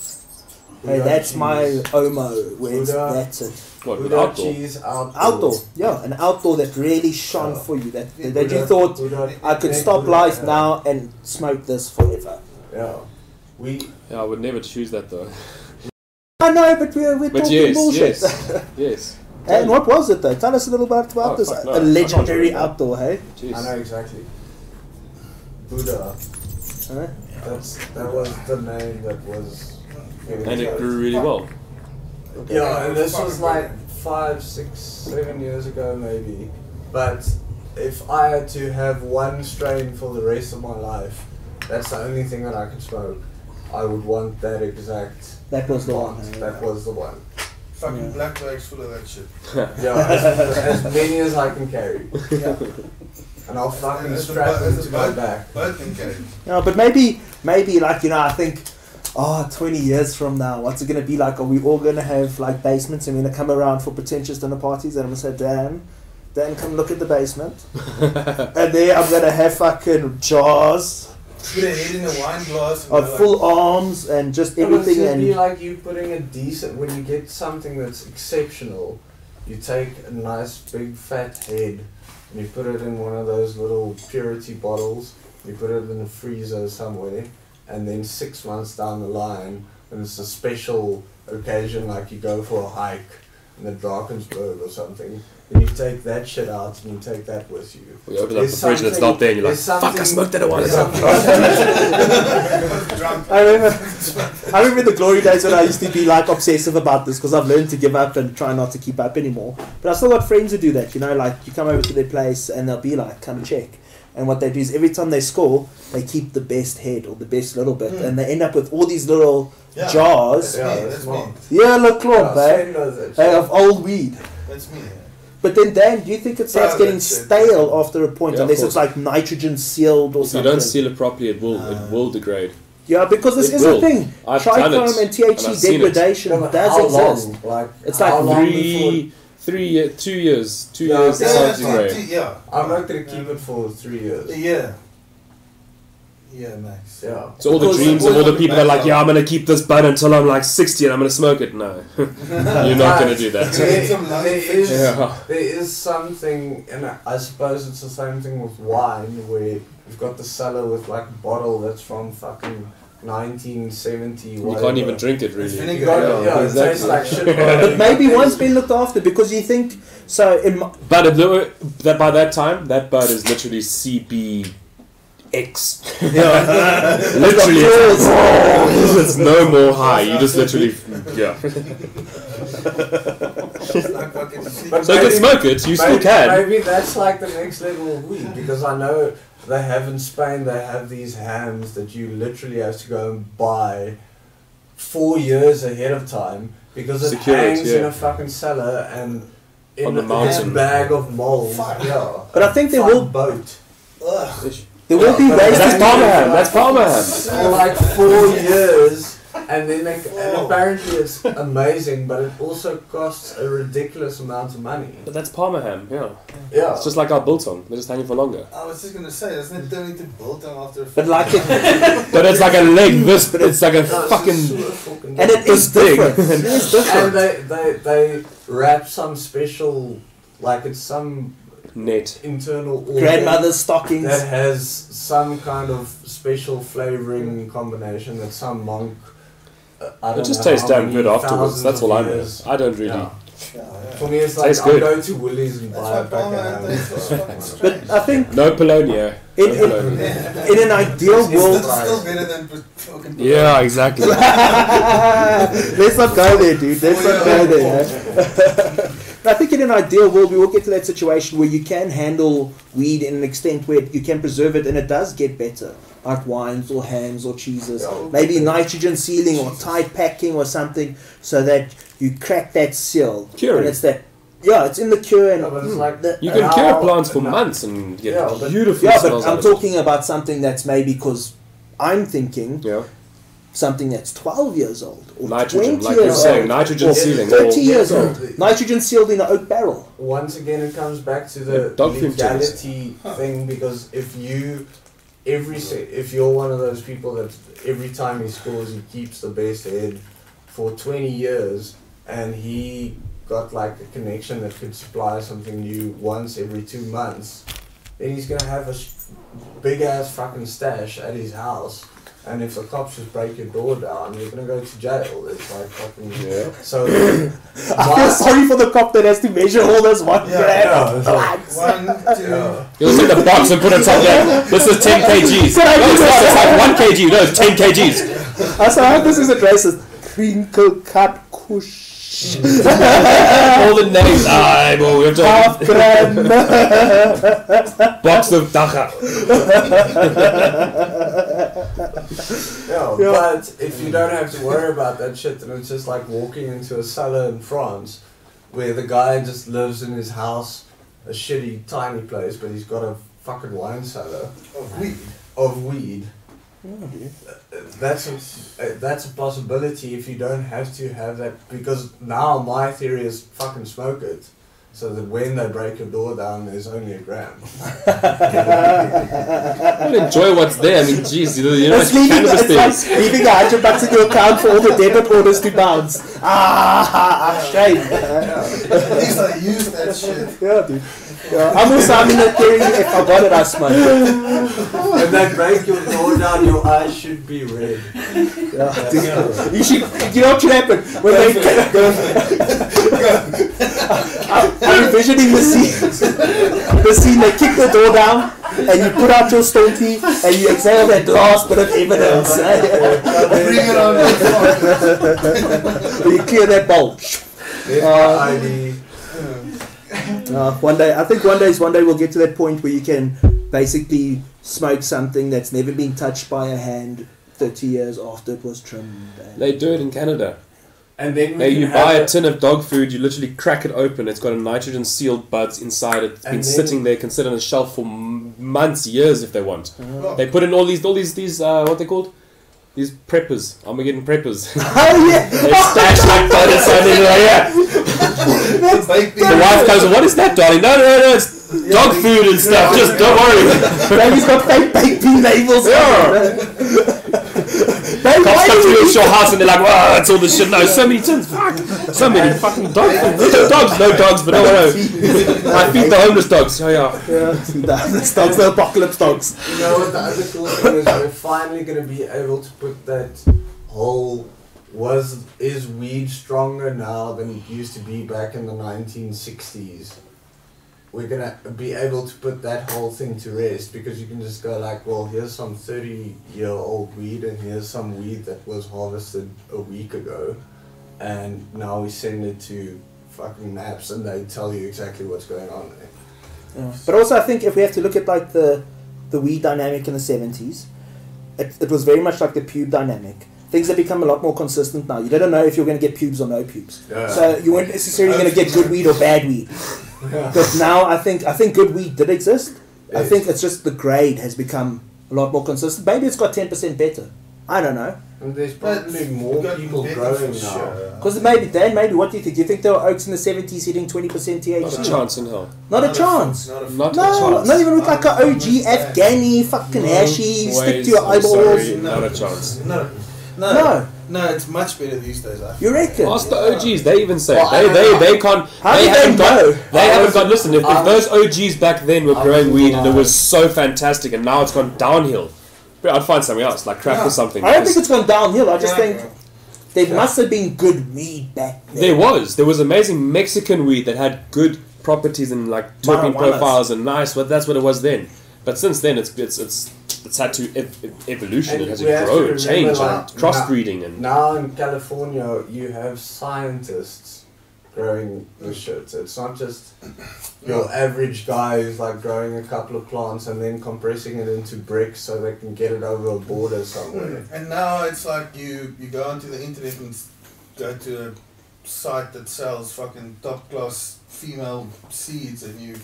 C: We
B: Hey,
C: don't
B: that's my
C: choose-
B: Omo. Where it's,
C: Buddha.
B: that's it.
A: What
C: we
A: with
C: don't
A: outdoor?
C: choose outdoor.
B: Outdoor, yeah, an outdoor that really shone
C: Yeah.
B: for you. That
F: Yeah,
B: that
C: We
B: you
C: don't-
B: thought
C: we don't
B: I could
C: think
B: stop
C: we-
B: life
C: yeah.
B: now and smoke this forever.
C: Yeah. We
A: Yeah, I would never choose that though.
B: I know, but we're, we're
A: But
B: talking
A: yes,
B: bullshit.
A: yes, yes.
B: and what was it though? Tell us a little bit about
A: Oh,
B: this.
A: fuck, no,
B: a
A: I can't
B: legendary
A: remember.
B: outdoor, hey?
A: Jeez.
C: I know exactly. Buddha.
B: Huh?
C: That's that was the name that was.
A: and it grew really well.
C: Yeah, and this was like five, six, seven years ago maybe. But if I had to have one strain for the rest of my life, that's the only thing that I could smoke. I would want that exact.
B: That was the one.
C: plant.
B: hey?
C: That was the one.
F: Fucking
B: Yeah.
F: black bags full of that shit.
C: Yeah, as, as many as I can carry,
F: Yeah.
C: and I'll fucking
F: As a
C: strap
F: bu- as
C: them
F: a
C: to my
F: bu-
C: back.
F: Both in Cape.
B: Yeah, but maybe, maybe like you know, I think, oh, 20 years from now, what's it gonna be like? Are we all gonna have like basements and we're gonna come around for pretentious dinner parties and I'm gonna say, Dan, Dan, come look at the basement, and there I'm gonna have fucking jars
F: Put a head in a wine glass. and
B: of
F: go
B: full arms and just everything
C: It be
B: and
C: like you putting a decent when you get something that's exceptional. You take a nice big fat head and you put it in one of those little purity bottles. You put it in a freezer somewhere, and then six months down the line, when it's a special occasion, like you go for a hike in the Drakensberg or something, then you take that shit out and you take that with you.
A: We open up the
C: There's
A: fridge and it's
C: something-
A: not there, and you're like,
C: there's
A: fuck, I
C: something-
A: smoked that one.
C: there's something-
F: drunk.
B: I remember, I remember the glory days when I used to be like obsessive about this because I've learned to give up and try not to keep up anymore. But I still got friends who do that, you know, like you come over to their place and they'll be like, come check. And what they do is every time they score, they keep the best head or the best little bit
F: Hmm.
B: and they end up with all these little
F: Yeah.
B: jars.
F: That's
C: Yeah,
F: me. That's
C: that's
F: me.
C: wrong.
B: Yeah, look, clump, eh?
C: Sven knows that
B: eh,
C: shit.
B: Of old weed.
F: That's me.
B: But then, Dan, do you think it starts
F: Yeah,
B: getting
F: that's it.
B: stale after a point
A: Yeah, of
B: unless it's like nitrogen sealed or
A: If you
B: something?
A: don't seal it properly, it will
F: Uh,
C: Ah.
A: it will degrade.
B: Yeah, because this
A: It
B: is
A: will.
B: a thing.
A: I've done
B: Trichome
A: it,
B: and
A: and I've
B: THC
A: seen it.
B: degradation
C: Yeah, but how
B: does exist.
C: long? Like
B: eh? It's
C: how
B: like
C: long
A: Three, three, ye- two years, two
C: Yeah,
A: years.
C: yeah,
A: it starts to
C: yeah.
A: degrade.
F: yeah. yeah.
C: before- I'm not gonna keep it for three years.
F: Yeah. Yeah, Max.
C: Yeah.
A: So all the
F: Because
A: dreams
F: it
A: of all the
F: will
A: people are like,
F: degrade.
A: yeah, I'm gonna keep this bud until I'm like 60 and I'm gonna smoke it. No, you're not gonna do that.
F: Create some life
C: There is-
F: fiction.
A: Yeah.
C: There is something, and I- I suppose it's the same thing with wine, where you've got the cellar with like a bottle that's from fucking 1970.
A: You can't even drink it
F: It's
A: really.
F: vinegar.
C: You got yeah,
A: Yeah,
C: yeah, it tastes
A: exactly.
C: like
B: But
C: shit.
B: maybe one's been looked after because you think so. In my,
A: But if there were, that by that time, that bud is literally CBX. literally, it's, it's no more high. You just literally, yeah.
F: It's like fucking sleep.
C: But
A: So you can
C: maybe-
A: smoke it. You still
C: maybe,
A: can.
C: Maybe that's like the next level of weed because I know they have in Spain they have these hams that you literally have to go and buy four years ahead of time because it
A: Secure it,
C: hangs in
A: yeah.
C: a fucking cellar and in
A: On the
C: a-
A: mountain.
C: in a bag of mold.
F: Fuck.
C: Yeah.
B: but I think there
C: Fuck
B: will
C: boat.
F: Ugh.
B: there will be
C: But
B: ways.
A: that's
B: to-
A: Palmer ham, that's Palmer ham.
C: For like four years, and then they, and
F: Oh.
C: apparently it's amazing, but it also costs a ridiculous amount of money.
A: But that's Parma ham, yeah.
C: Yeah.
A: It's just like our biltong. They're just hanging for longer.
F: I was just gonna say, doesn't it turn into built on after a
B: But like it,
A: But it's like a leg. This, it's like a
C: No, it's just
A: fucking.
C: sort of fucking-
B: and it is
A: Big.
B: different. It is
C: And
B: different.
C: they, they, they wrap some special, like it's some
A: Net.
C: internal organ
B: Grandmother's stockings.
C: that has some kind of special flavoring combination that some monk. Uh, I
A: It
C: don't
A: just
C: know
A: tastes
C: how
A: damn
C: many
A: good afterwards.
C: thousands
A: That's
C: of
A: all I know.
C: years-
A: I don't really.
C: Yeah.
F: Yeah,
C: For
F: yeah.
C: me, it's like
A: Tastes
C: I'll
A: good.
C: go to Woolies and
F: That's
C: buy
F: why
C: a pack
F: Palmer
C: of
F: had those fucking
C: ham.
F: strange.
B: but I think
A: No Polonia.
B: in,
A: No
B: in,
A: Polonia.
B: in an ideal
C: It's
F: Still,
B: world,
C: Well-
F: still better than fucking
A: Yeah, exactly.
B: let's not go there, dude. Let's not go there. I think in an ideal world, we will get to that situation where you can handle weed in an extent where you can preserve it and it does get better, like wines or hams or cheeses.
C: Yeah.
B: Maybe nitrogen sealing or tight packing or something so that you crack that seal.
A: Cure
B: And
A: it.
B: it's that, yeah, it's in the cure. And,
C: Yeah, but it's
B: mm,
C: like-
B: the-
A: You can
C: Now-
A: cure plants for
C: now-
A: months and get
C: Yeah, but-
A: beautiful
B: yeah,
A: smells
B: but I'm
A: out of it.
B: talking about something that's maybe because I'm thinking
A: Yeah,
B: something that's 12 years old or
A: nitrogen,
B: 20
A: like
B: years
A: you're saying,
B: old.
A: nitrogen
B: or
A: sealing.
B: 30
A: Or,
B: years
C: Yeah.
B: old. Nitrogen sealed in an oak barrel.
C: once again it comes back to
A: Yeah,
C: the
A: dog food
C: legality thing because if you every se- if you're one of those people that every time he scores he keeps the best head for 20 years and he got like a connection that could supply something new once every two months then he's gonna have a big ass fucking stash at his house and if the cops just break your door down you're gonna go to jail it's like fucking
A: yeah.
C: so
B: I feel sorry for the cop that has to measure all those one
F: Yeah,
B: gram.
C: yeah, it's like-
B: plants.
F: One, two.
A: You'll take the box and put it on there. This is 10 kgs.
B: Can I
A: No,
B: do
A: it's
B: this?
A: not. It's like 1 kg. No, it's 10 kgs.
B: I said, I hope this isn't racist. Crinkle cut kush.
A: All the names. Ah, well, we have to
B: Half gram.
A: box of dacha.
C: Yeah,
B: Yeah.
C: but if you don't have to worry about that shit, then it's just like walking into a cellar in France where the guy just lives in his house, a shitty, tiny place, but he's got a fucking wine cellar
F: Of weed.
C: of weed. Uh, That's a, uh, that's a possibility if you don't have to have that because now my theory is fucking smoke it so that when they break a door down, there's only a gram.
A: Well, enjoy what's there. I mean, geez, you know, you know
B: That's
A: it's cannabis
B: leaving,
A: things.
B: that's like leaving a hundred bucks in your account for all the debit orders to bounce. Ah, shame.
F: At least I used that shit.
B: yeah, dude. Yeah, I'm also I'm in that theory. If I got it, I smoke.
C: When they break your door down, your eyes should be red.
B: Yeah, dude. You should. You know what should happen when they. I'm I'm envisioning the scene. The scene. They kick the door down, and you put out your stone key, and you exhale that last bit of evidence.
F: Bring it on. the floor.
B: you clear that bulge.
C: There's my
B: Uh,
C: ID.
B: Uh, one day, I think one day is one day we'll get to that point where you can basically smoke something that's never been touched by a hand 30 years after it was trimmed. And
A: They do it in Canada.
D: And then we
A: They,
D: can
A: you
D: have
A: buy a
D: it-
A: tin of dog food, you literally crack it open. It's got a nitrogen sealed buds inside it. It's been
C: And then-
A: sitting there, can sit on a shelf for m- months, years if they want.
F: Look,
A: They put in all these, all these, these, uh, what they called? These preppers, Armageddon preppers.
B: oh yeah!
A: they stash like that inside in there. Yeah.
F: the bike being-
A: The wife comes, what is that, darling? No, no, no, it's dog food and stuff. Just don't worry.
B: Baby's got fake baked bean labels.
A: Yeah. Cops
B: Baby, why
A: come
B: do
A: to
B: you
A: your house and they're like, wow, that's all the shit. No, so many tins. Fuck. So many fucking dogs. Little dogs. No dogs, but no, no. I feed the homeless dogs. Yeah, yeah.
B: Yeah, the stocks, the apocalypse stocks.
C: You know what the other cool thing is? We're finally going to be able to put that whole was is weed stronger now than it used to be back in the 1960s. We're gonna be able to put that whole thing to rest because you can just go like, well, here's some thirty-year-old weed and here's some weed that was harvested a week ago, and now we send it to fucking maps and they tell you exactly what's going on there.
B: But also, I think if we have to look at like the the weed dynamic in the seventies, it, it was very much like the pube dynamic. Things have become a lot more consistent now. You don't know if you're going to get pubes or no pubes,
C: Yeah.
B: so you weren't necessarily going to get good weed or bad weed. But now I think I think good weed did exist. I
C: Yes.
B: think it's just the grade has become a lot more consistent. Maybe it's got ten percent better. I don't know
C: And there's
F: But
C: probably more
F: got
C: people
F: better
C: growing now.
F: for sure.
B: because maybe Dan, maybe what do you think? Do you think there were oaks in the seventies hitting twenty percent THC?
A: Not a chance in hell.
B: Not a chance.
F: Not a f-
A: Not a
B: No,
A: chance.
B: not even with like an OG
F: understand.
B: Afghani fucking ashy
A: Ways,
B: stick to your
A: I'm
B: eyeballs.
A: sorry, Not a chance.
F: No. No.
B: No,
F: No, it's much better these days. I
B: you reckon?
A: Ask the OGs. They even say
C: Well, I
A: they,
C: don't
A: they,
C: know.
A: they can't.
B: How
A: they
B: did they
A: haven't
B: know? Um,
A: got. They
C: I
A: haven't
C: was-
A: got. Listen, if,
C: I
A: if those OGs back then were
C: I
A: growing
C: was
A: weed
B: uh,
A: and it
C: alive.
A: was so fantastic, and now it's gone downhill, but I'd find something else like crack or something.
B: I don't
A: because
B: think it's gone downhill. I just
F: Yeah.
B: think there must have been good weed back then.
A: There was. There was amazing Mexican weed that had good properties and like terpene
B: Marijuanas.
A: profiles and nice. But that's what it was then. But since then, it's it's it's it's had to ev- ev- evolution.
C: And
A: it has
C: we
A: to
C: have to
A: grow and
C: remember,
A: change
C: like,
A: and crossbreeding and
C: Now in California, you have scientists growing the shit. It's not just your average guy who's like growing a couple of plants and then compressing it into bricks so they can get it over a border somewhere.
F: And now it's like you you go onto the internet and s- go to a site that sells fucking top class female seeds, and you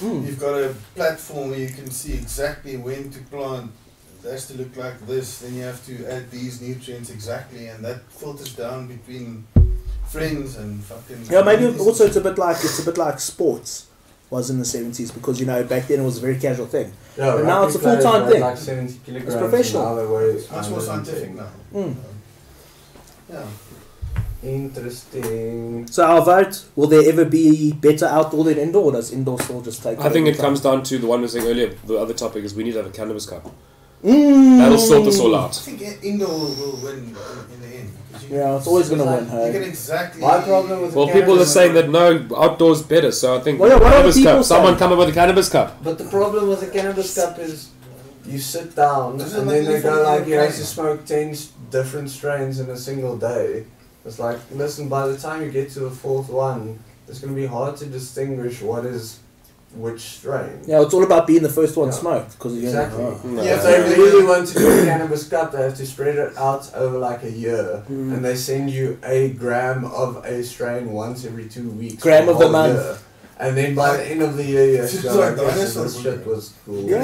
B: Hmm.
F: you've got a platform where you can see exactly when to plant. It has to look like this. Then you have to add these nutrients exactly, and that filters down between friends and fucking.
B: Yeah, maybe
F: communities.
B: also it's a bit like it's a bit like sports was in the seventies because you know back then it was a very casual thing.
C: No,
B: But now
C: rugby
B: it's a
C: players
B: full-time
C: weigh
B: thing.
C: Like 70 kilograms and
B: professional.
C: now they weigh
F: It's much more
C: 110.
F: scientific now.
B: Mm.
F: Yeah.
C: Interesting.
B: So our vote: Will there ever be better outdoor than indoor? Or does indoor still just take?
A: I think it
B: over
A: comes
B: time?
A: down to the one we were saying earlier. The other topic is we need to have a cannabis cup.
B: Mm.
A: That'll sort this all
F: I
A: out.
F: think in- indoor will win in the end. 'cause you-
B: Yeah, it's always gonna win.
F: You can
B: Hey?
F: exactly.
C: My problem with-
A: Well, people are saying that no, outdoors better. So I think
B: Well, yeah, what are
A: cannabis
B: people
A: cup. Someone
B: saying?
A: come up with a cannabis cup.
C: But the problem with the cannabis cup is you sit down
F: Does it
C: and
F: make
C: then
F: you
C: they go
F: feel
C: like you have
F: okay?
C: to smoke 10 s- different strains in a single day. It's like, listen, by the time you get to the fourth one, it's going to be hard to distinguish what is which strain.
B: Yeah, it's all about being the first one
C: Yeah.
B: smoked because you're gonna-
C: Exactly.
A: No.
F: Yeah,
C: If they
F: Yeah.
C: really want to do a cannabis cup, they have to spread it out over like a year,
B: Mm.
C: and they send you a gram of a strain once every two weeks.
B: Gram
C: for
B: of the
C: whole
B: month.
C: year. And then by the end of the year, you actually
F: It's
C: go,
F: like
C: "Okay, so
F: dinosaur
C: this
F: movie.
C: shit was cool.
B: Yeah,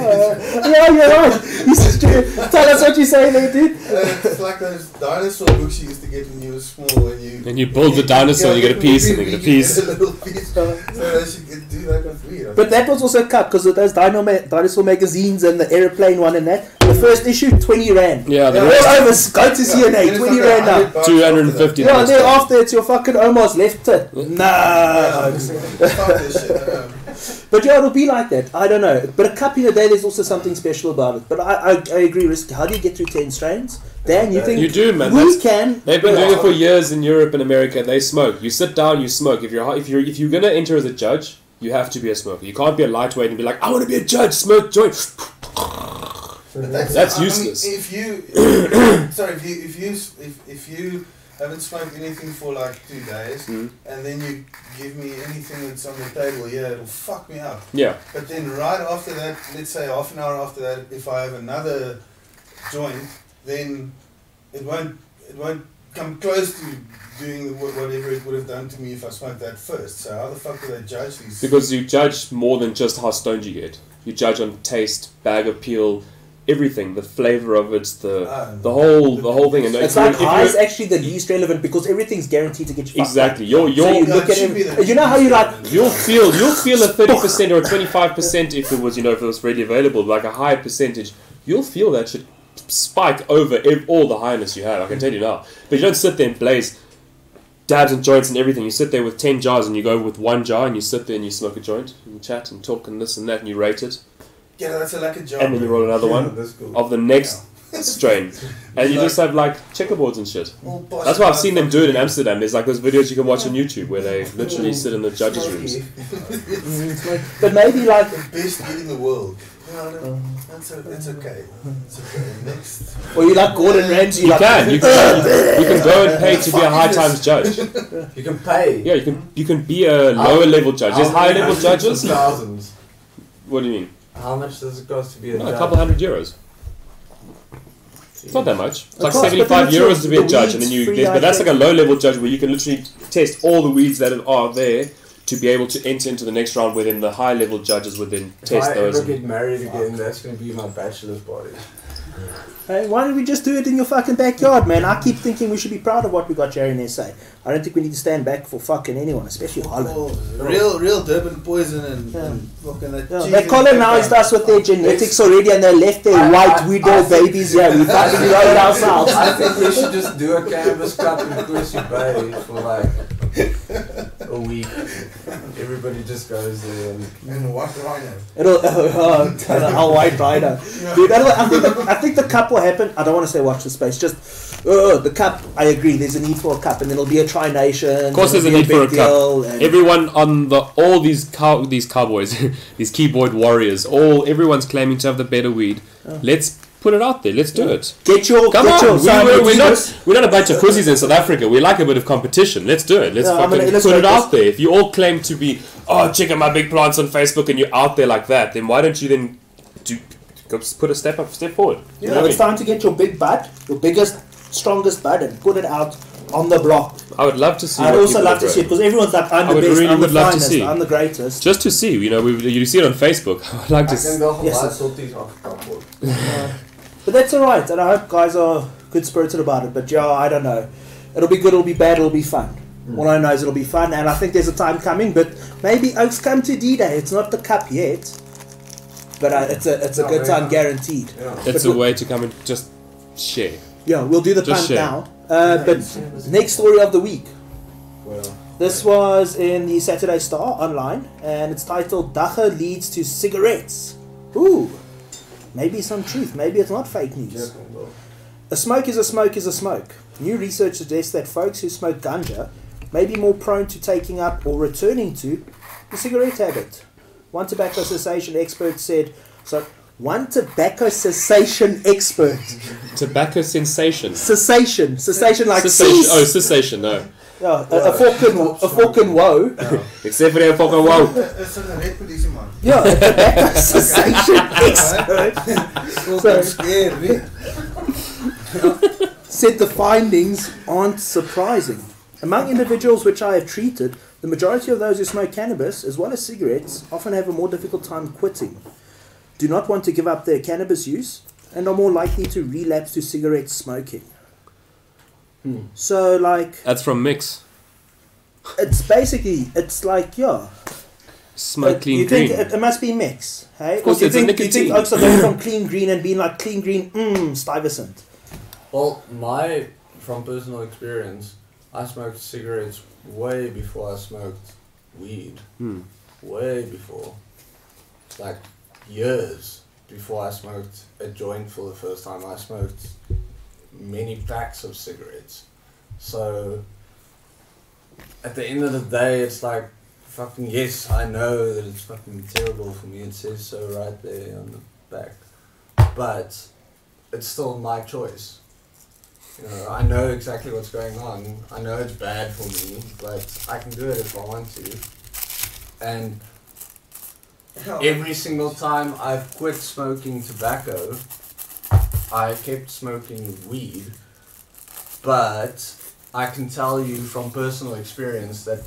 B: yeah, you're right. You said- Tell us what you say there, dude.
F: Uh, it's like those dinosaur books you used to get when you were small. When you
A: And you build the dinosaur, you get a piece, and you get a piece.
F: a little piece. So they should get- do that with weed.
B: But that was also cut because of those dino ma- dinosaur magazines and the airplane one and that. The first issue, 20 Rand.
A: Yeah, the
B: All
A: rest-
B: over, s- go to CNA, 20 Rand now.
A: 250
B: Yeah, and
A: bucks.
B: then after it's your fucking Omar's left tit. Nah.
F: Fuck this shit. uh,
B: But yeah, it'll be like that. I don't know. But a cup in a day, there's also something special about it. But I, I, I agree, Risk. How do you get through 10 strains? Dan, you think
A: You do, man.
B: we
A: That's-
B: can?
A: They've been doing it for years in Europe and America. They smoke. You sit down, you smoke. If you're if you're if you're gonna enter as a judge, you have to be a smoker. You can't be a lightweight and be like, I want to be a judge, smoke joint.
F: but that's
A: That's
F: I- I mean,
A: useless.
F: if you, sorry, if you, if you, s- if, if you haven't smoked anything for like two days,
A: Mm.
F: and then you give me anything that's on the table, yeah, it'll fuck me up.
A: Yeah,
F: But then right after that, let's say half an hour after that, if I have another joint, then it won't it won't come close to doing wha- whatever it would have done to me if I smoked that first. So how the fuck do they judge these?
A: because you judge more than just how stoned you get. You judge on taste, bag appeal, everything, the flavor of it, the
F: Ah.
A: the whole the whole thing. And if
B: It's
A: you're-
B: like
A: if you're-
B: high is actually the least relevant because everything's guaranteed to get you fucked
A: Exactly. Your
B: up. So you
A: your
F: No,
B: look
F: it
B: at
F: should be
B: every-
F: the-
B: You know how you like
A: You'll feel you'll feel a thirty percent or a twenty five percent if it was you know if it was readily available like a higher percentage. You'll feel that should spike over ev- all the highness you have. I can tell you now. But you don't sit there and blaze dabs and joints and everything. You sit there with ten jars and you go with one jar and you sit there and you smoke a joint and you chat and talk and this and that and you rate it
F: Yeah, that's a lack of job.
A: and then you roll another one Oh,
C: That's cool.
A: of the next strain and you just have like checkerboards and shit.
F: All possible
A: That's why I've seen them do it in Amsterdam. There's like those videos you can watch on YouTube where they literally sit in the judges' rooms.
B: But maybe like
F: The best gig in the world. No, no,
A: Um,
F: that's, o- that's okay. It's okay. Next.
B: Or you like Gordon Ramsay?
A: You
B: like,
A: can, you can, you can go and pay to be a high times judge.
C: You can pay.
A: Yeah, you can, you can be a lower level judge. There's
C: How
A: higher
C: many
A: level
C: hundreds of
A: judges.
C: Thousands.
A: What do you mean?
C: How much does it cost to be a
A: No,
C: judge?
A: a couple hundred euros. It's not that much. It's like
B: course, but
A: seventy-five
B: that's your-
A: euros to be
B: the
A: a judge, and
B: weeds,
A: then you.
B: free
A: there's- But that's
B: eye
A: like a low-level judge where you can literally test all the weeds that are there to be able to enter into the next round. Where then the high-level judges would then
C: If
A: test
C: I
A: those.
C: ever get married again, that's going to be my bachelor's party.
B: Hey, why don't we just do it in your fucking backyard, man? I keep thinking we should be proud of what we got here in SA. I don't think we need to stand back for fucking anyone, especially Holland.
F: Well, Oh,
A: Oh.
F: real, real Durban poison and, and fucking that.
B: Yeah,
F: cheese
B: they
F: and
B: colonized
F: pepper.
B: us with their genetics already and they left their
C: I-
B: white
C: I- I
B: widow
C: think-
B: babies here. We fucking did it ourselves.
C: I think we should just do a canvas cup in Kusi Bay for like a week. Everybody just goes there and
F: And what rhino?
B: It'll, oh, oh, a white rider. Dude, I, don't- I think the, I think the cup will happen. I don't want to say watch the space. Just uh, the cup. I agree. There's a need for a cup, and it'll be a tri nation. Of
A: course there's a need for a cup.
B: Every
A: Everyone on the all these cow these cowboys, these keyboard warriors, all everyone's claiming to have the better weed. Let's put it out there. Let's do it.
B: Oh. get your
A: Come
B: get
A: on,
B: your
A: we,
B: Simon
A: are we're
B: Peters.
A: not we're not a bunch of pussies in South Africa. We like a bit of competition. Let's do it. Let's
B: Yeah, I'm gonna
A: fucking put
B: illustrate
A: it out
B: this.
A: there. If you all claim to be oh check out my big plants on Facebook and you're out there like that, then why don't you then do go s- put a step up step forward? You
B: You
A: know
B: know,
A: what I
B: it's
A: mean?
B: time to get your big bud, your biggest, strongest bud, and put it out on the block.
A: I would love to see.
B: I'd
A: what
B: also
A: people
B: love
A: are
B: to see it
A: growing.
B: because everyone's like, I'm
A: I
B: the
A: would
B: best,
A: really
B: I'm the
A: would love to
B: finest,
A: see.
B: I'm the greatest.
A: Just to see, you know, we, you see it on Facebook. I'd like
C: I
A: to.
C: can
A: s-
C: go home
B: Yes.
C: buy salties off the cupboard.
B: But that's alright, and I hope guys are good spirited about it. But yeah, I don't know. It'll be good, it'll be bad, it'll be fun.
A: Hmm.
B: All I know is it'll be fun, and I think there's a time coming, but maybe Oaks come to D Day. It's not the cup yet, but I, it's a, it's a
C: No,
B: good
C: very
B: time
C: much.
B: guaranteed.
C: Yeah.
A: It's
B: but
A: a
B: we-
A: way to come and just share.
B: Yeah, we'll do the
A: Just
B: punt
A: share.
B: now. Uh, but next story of the week.
C: Well,
B: This was in the Saturday Star online, and it's titled "Dacha leads to cigarettes." Ooh, maybe some truth. Maybe it's not fake news.
C: careful though.
B: A smoke is a smoke is a smoke. New research suggests that folks who smoke ganja may be more prone to taking up or returning to the cigarette habit. One tobacco cessation expert said. So, one tobacco cessation expert.
A: Tobacco sensation.
B: Cessation, cessation like
A: cessation.
B: cease.
A: Oh, cessation. No.
B: Yeah, a, a fork and a fork and woe.
A: Except for the fucking wow.
F: It's a red police man.
B: Yeah, a tobacco cessation expert.
F: I'm scared. really.
B: said the findings aren't surprising. Among individuals which I have treated, The majority of those who smoke cannabis, as well as cigarettes, often have a more difficult time quitting, do not want to give up their cannabis use, and are more likely to relapse to cigarette smoking.
C: Hmm.
B: So, like,
E: That's from Mix.
B: it's basically, it's like, yeah.
E: Smoke
B: But
E: clean
B: you
E: green.
B: Think it, it must be mix, hey?
E: Of course,
B: you
E: it's a
B: think, you think
E: nicotine.
B: oaks are going from clean green and being like clean green, mmm, Stuyvesant.
C: Well, my from personal experience, I smoked cigarettes way before I smoked weed.
A: Hmm.
C: Way before, like years before I smoked a joint for the first time. I smoked many packs of cigarettes. So at the end of the day, it's like fucking yes, I know that it's fucking terrible for me. It says so right there on the back, but it's still my choice. You know, I know exactly what's going on. I know it's bad for me, but I can do it if I want to. And
F: Hell,
C: every single time I've quit smoking tobacco, I kept smoking weed. But I can tell you from personal experience that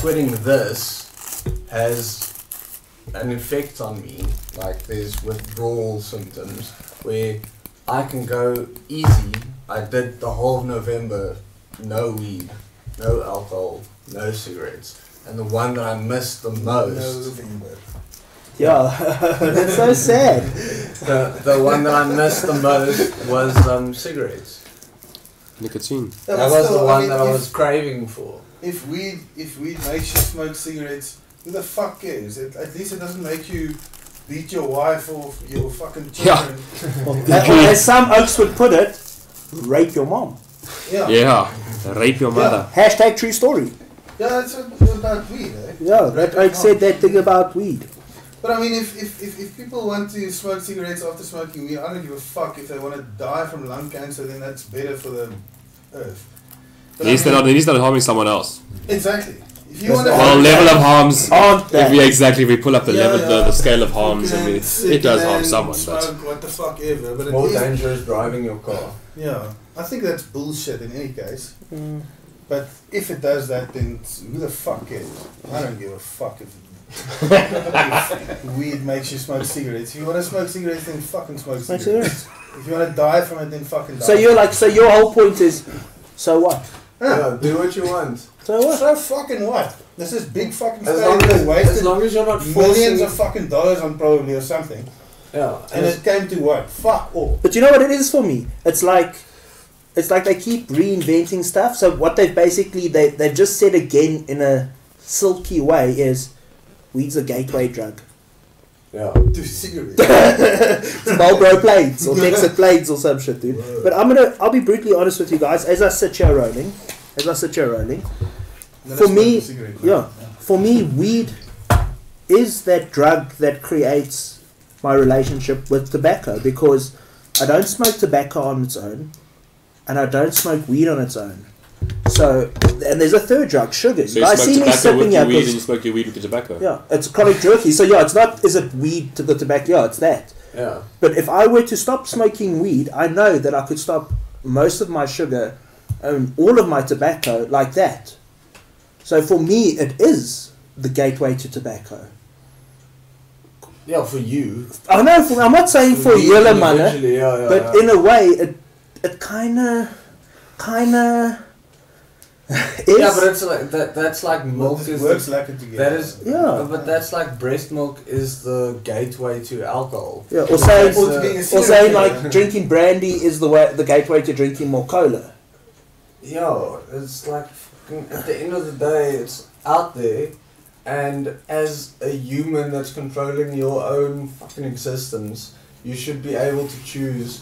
C: quitting this has an effect on me. Like there's withdrawal symptoms where I can go easy. I did the whole of November, no weed, no alcohol, no cigarettes. And the one that I missed the
A: Oh,
C: most
F: November.
B: Yeah, that's so sad.
C: the, the one that I missed the most was um, cigarettes.
E: Nicotine.
F: Yeah,
C: That
F: but
C: was
F: still,
C: the
F: I
C: one
F: mean,
C: that I
F: if-
C: was craving for.
F: If weed, if weed makes you smoke cigarettes, who the fuck cares? At, at least it doesn't make you beat your wife or your fucking children.
B: Uh, as some oaks would put it, rape your mom.
F: Yeah, yeah.
E: Yeah. Rape your mother.
B: Hashtag true story.
F: that's what it was about weed, eh?
B: Yeah, that oak said that thing about weed.
F: But I mean, if, if, if, if people want to smoke cigarettes after smoking weed, I don't give a fuck if they want to die from lung cancer. Then that's better for the earth.
E: At least they're not, at least they're not harming someone else.
F: Exactly. If you
B: That's
F: want to,
B: the
E: Well,
B: whole
E: level of harms.
B: Aren't
E: If
B: Oh, that?
E: we exactly, if we pull up the
F: Yeah,
E: level, The,
F: yeah.
E: the scale of harms, I mean, it's, it does harm someone. But
F: Smoke, what the fuck ever. But
C: More
F: it is,
C: dangerous driving your car.
F: yeah, I think that's bullshit in any case.
B: Mm.
F: But if it does that, then it's- who the fuck cares? I don't give a fuck if. if weed makes you smoke cigarettes. If you want to smoke cigarettes, then fucking smoke
B: Smoke
F: cigarettes. If you want to die from it, then fucking die.
B: So you're like, so your whole point is, so what?
F: Yeah.
C: Yeah, do what you want.
B: So what?
F: So fucking what? This is big fucking
C: As
F: stuff.
C: long as,
F: They
C: as
F: wasted
C: long as you're not
F: millions
C: forcing.
F: of fucking dollars on probably or something.
C: yeah,
F: And
C: as,
F: it came to what? Fuck all.
B: But you know what it is for me? It's like it's like they keep reinventing stuff. So what they've basically they they've just said again in a silky way is weed's a gateway drug.
C: yeah.
F: To cigarettes.
B: It's Marlboro plates or Texas plates or some shit, dude. But I'm gonna I'll be brutally honest with you guys, as I sit here rolling, as I sit here rolling, For me, yeah. for me weed is that drug that creates my relationship with tobacco because I don't smoke tobacco on its own and I don't smoke weed on its own. So and there's a third drug, sugars.
E: so you
B: I
E: smoke
B: see me
E: tobacco
B: sipping
E: with your
B: here
E: weed and
B: 'cause-
E: you smoke your weed with your tobacco.
B: yeah, it's chronic jerky. So yeah, it's not is it weed to the tobacco? Yeah, it's that.
C: Yeah.
B: But if I were to stop smoking weed, I know that I could stop most of my sugar and all of my tobacco like that. So for me, it is the gateway to tobacco.
C: Yeah, for you.
B: I know, for, I'm not saying for
C: you
B: yellow
C: individually,
B: money,
C: Yeah, yeah,
B: but
C: yeah.
B: in a way, it it kind of, kind of is.
C: yeah, but it's like that. That's like milk
F: It
C: is.
F: works
C: The,
F: like it together.
C: that is.
B: Yeah.
C: But that's like breast milk is the gateway to alcohol.
B: Yeah, or saying,
C: Or
B: or,
C: to being a
B: saying like drinking brandy is the way, the gateway to drinking more cola.
C: Yo, it's like fucking, at the end of the day, it's out there, and as a human that's controlling your own fucking existence, you should be able to choose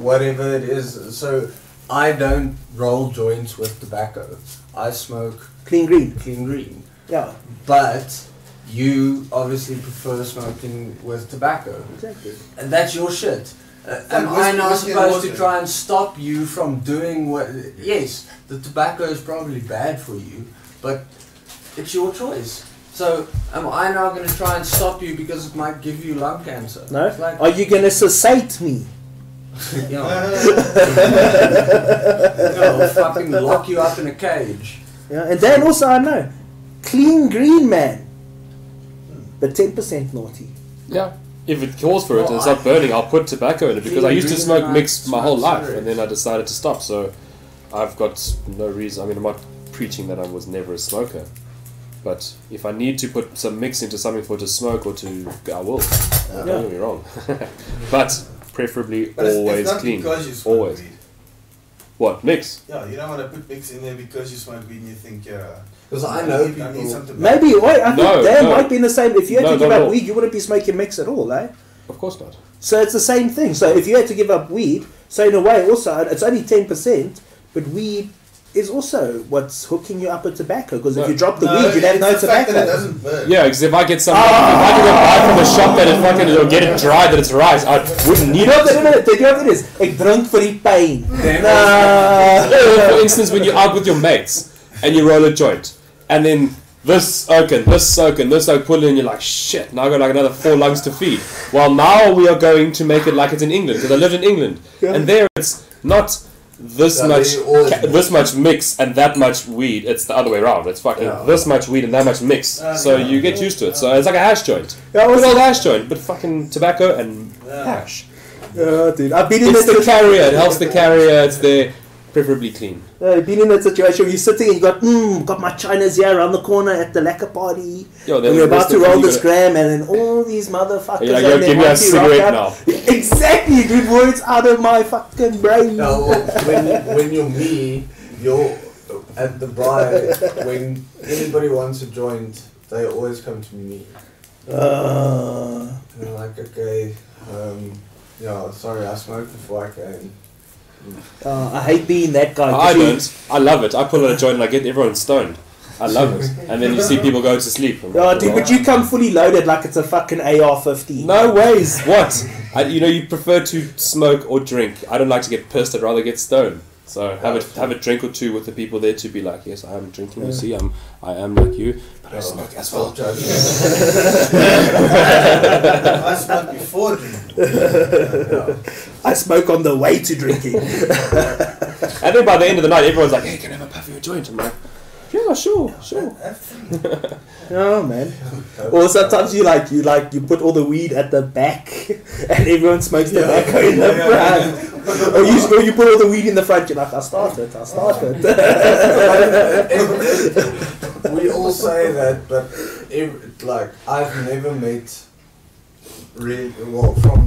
C: whatever it is. So, I don't roll joints with tobacco. I smoke
B: Clean green.
C: clean green,
B: Yeah,
C: but you obviously prefer smoking with tobacco.
B: exactly.
C: And that's your shit. Uh, am
F: whiskey-
C: I now
F: whiskey and
C: supposed to
F: water.
C: try and stop you from doing what? Yes, the tobacco is probably bad for you, but it's your choice. So am I now going to try and stop you because it might give you lung cancer?
B: No?
C: It's like,
B: Are you gonna cessate me?
C: you know,
F: Uh,
C: I'll fucking lock you up in a cage.
B: Yeah, and then also I know, clean green man, but ten percent naughty.
A: Yeah. If it calls for it and it's
C: Well,
A: not burning, I'll put tobacco in it because I used to
C: Green
A: smoke
C: light,
A: mixed my
C: smoke
A: whole life and
C: cigarettes.
A: then I decided to stop. So I've got no reason. I mean, I'm not preaching that I was never a smoker. But if I need to put some mix into something for to smoke or to, I will. Don't get me wrong. but preferably
F: But it's,
A: always
F: it's not
A: clean.
F: because you smoke
A: Always.
F: weed.
A: What mix?
F: Yeah, you don't want to put mix in there because you smoke weed and you think, yeah,
C: Because I know
F: need- I need
C: people.
F: something.
B: Maybe wait, I think
A: No,
B: Dan
A: no.
B: might be in the same. If you had
A: No,
B: to give
A: not at
B: up
A: all.
B: weed, you wouldn't be smoking mix at all, eh?
A: Of course not.
B: So it's the same thing. So if you had to give up weed, so in a way, also it's only ten percent, but weed is also what's hooking you up with tobacco. Because
A: No.
B: if you drop the
F: No,
B: weed, you'd have
F: it's
B: no
F: the fact that it
B: tobacco.
F: doesn't burn.
A: Yeah, because if I get some, if I could go buy from the shop that it fucking, it'll get it dry, that it's right, I wouldn't
B: You
A: need
B: know
A: it.
B: what it is? You know what it is? A drunk for the pain.
C: Then
B: Nah.
A: for instance, when you're out with your mates and you roll a joint, and then this oaken, this soaking, this oak pull in, and you're like, shit, now I've got like another four lungs to feed. Well, now we are going to make it like it's in England, because I lived in England. And there it's not this
C: Yeah,
A: much
C: they always
A: ca-
C: mix.
A: this much mix and that much weed. It's the other way around. It's fucking
C: Yeah.
A: this much weed and that much mix.
F: Uh,
A: so
F: yeah.
A: you get used to it. So it's like a hash joint.
B: Yeah,
A: Good
B: also-
A: old hash joint, but fucking tobacco and hash.
B: Yeah, dude, I've been in
A: It's
B: this
A: the carrier. It helps the carrier. It's there, preferably clean.
B: Uh, been in that situation where you're sitting and you got, mm, got my chinas here around the corner at the lacquer party.
A: Yo,
B: and
A: then
B: we're
A: the
B: about
A: rest
B: to
A: of the
B: roll
A: people
B: this gram and then all these motherfuckers
A: You're like,
B: and
A: yo,
B: they
A: give me a
B: want to
A: cigarette
B: rock up. Exactly, dude, words out of my fucking brain.
C: Now, when, when you're me, you're at the bar. When anybody wants a joint, they always come to me.
B: Uh,
C: And I'm like, okay, um, yeah, sorry, I smoked before I came.
B: uh, I hate being that guy.
A: I
B: 'cause you-
A: don't. I love it. I pull out a joint and I get everyone stoned. I love it. And then you see people go to sleep. I'm
B: Oh,
A: like,
B: dude, but you come fully loaded like it's a fucking AR-15.
A: No ways. What? I, you know, you prefer to smoke or drink. I don't like to get pissed. I'd rather get stoned. So have a have a drink or two with the people there to be like, yes, I am drinking. You see, I'm I am like you, but I smoke as well.
C: Judge.
F: I smoked before drinking.
B: I smoke on the way to drinking.
A: And then by the end of the night, everyone's like, hey, can I have a puff of your joint? I'm like, yeah, sure, sure.
B: Oh man. Or sometimes you like you like you put all the weed at the back and everyone smokes tobacco in the front. Or you or you put all the weed in the front, you're like, I started, I started.
C: we all say that, but ev like I've never met really well from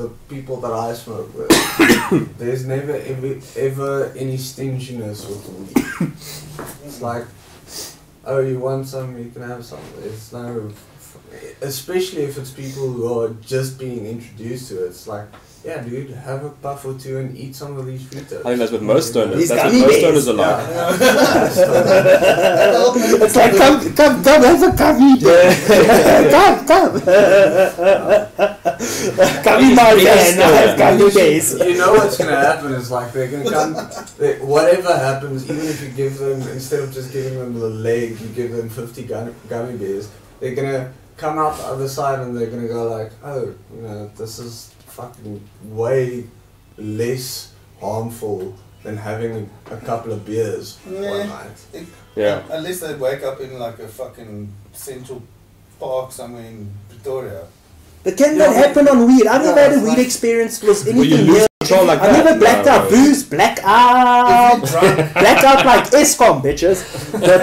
C: the people that I smoke with. there's never ever, ever any stinginess with the weed. It's like, oh, you want some, you can have some. It's no, especially if it's people who are just being introduced to it. It's like. Yeah, dude, have a puff or two and eat some of these fritos.
A: I think that's what most stoners.
B: These
A: That's what
B: gummy
A: most stoners
B: bears.
A: are like.
B: it's like come come come have a cubby. come come Come in my van, I have cubby days.
C: You know what's gonna happen is like they're gonna come. They, whatever happens, even if you give them instead of just giving them the leg, you give them fifty gummy, gummy bears. They're gonna come out the other side and they're gonna go like, oh, you know, this is fucking way less harmful than having a, a couple of beers
F: Yeah.
C: one night.
A: Yeah.
F: Unless they wake up in like a fucking central park somewhere in Pretoria.
B: But can that happen on weed? I never
C: Yeah,
B: had a
C: it's
B: weed
C: like-
B: experience was
A: Well, you
B: anything
A: lose
B: near
A: control like
B: I
A: that.
B: never blacked
A: No,
B: out
A: no.
B: booze, black out.
F: Drunk.
B: blacked out like ESCOM, bitches. But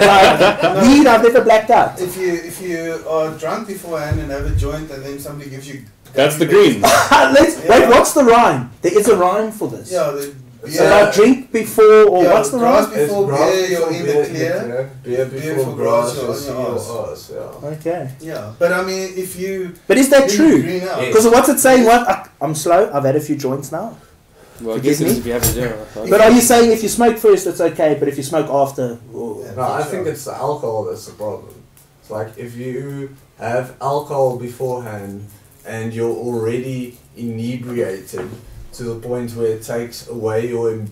B: like, weed, I've never blacked out.
F: If you if you are drunk beforehand and have a joint and then somebody gives you
A: That's the green.
B: Let's, Wait, what's the rhyme? There is a rhyme for this.
F: Yeah, the
B: So like drink before, or
F: Yeah,
B: what's the
F: grass
B: rhyme?
C: It's
F: before
C: grass
F: beer, you're
C: before
F: in the
C: beer,
F: clear.
C: Beer
F: Beer
C: before
F: for
C: grass,
F: grass,
C: you're
F: you're
C: on
F: on
C: your
F: your
C: arse, yeah.
B: Okay.
F: Yeah. But I mean if you
B: But is that
F: drink
B: true?
F: green out
A: Yeah.
B: Because what's it saying? What I, I'm slow. I've had a few joints now.
A: Well, I
B: Forgive
A: guess it is
B: me?
A: if you have a yeah.
B: But are you saying if you smoke first, it's okay, but if you smoke after, oh.
F: Yeah.
C: No, I think it's the alcohol that's the problem. It's like if you have alcohol beforehand and you're already inebriated to the point where it takes away your in-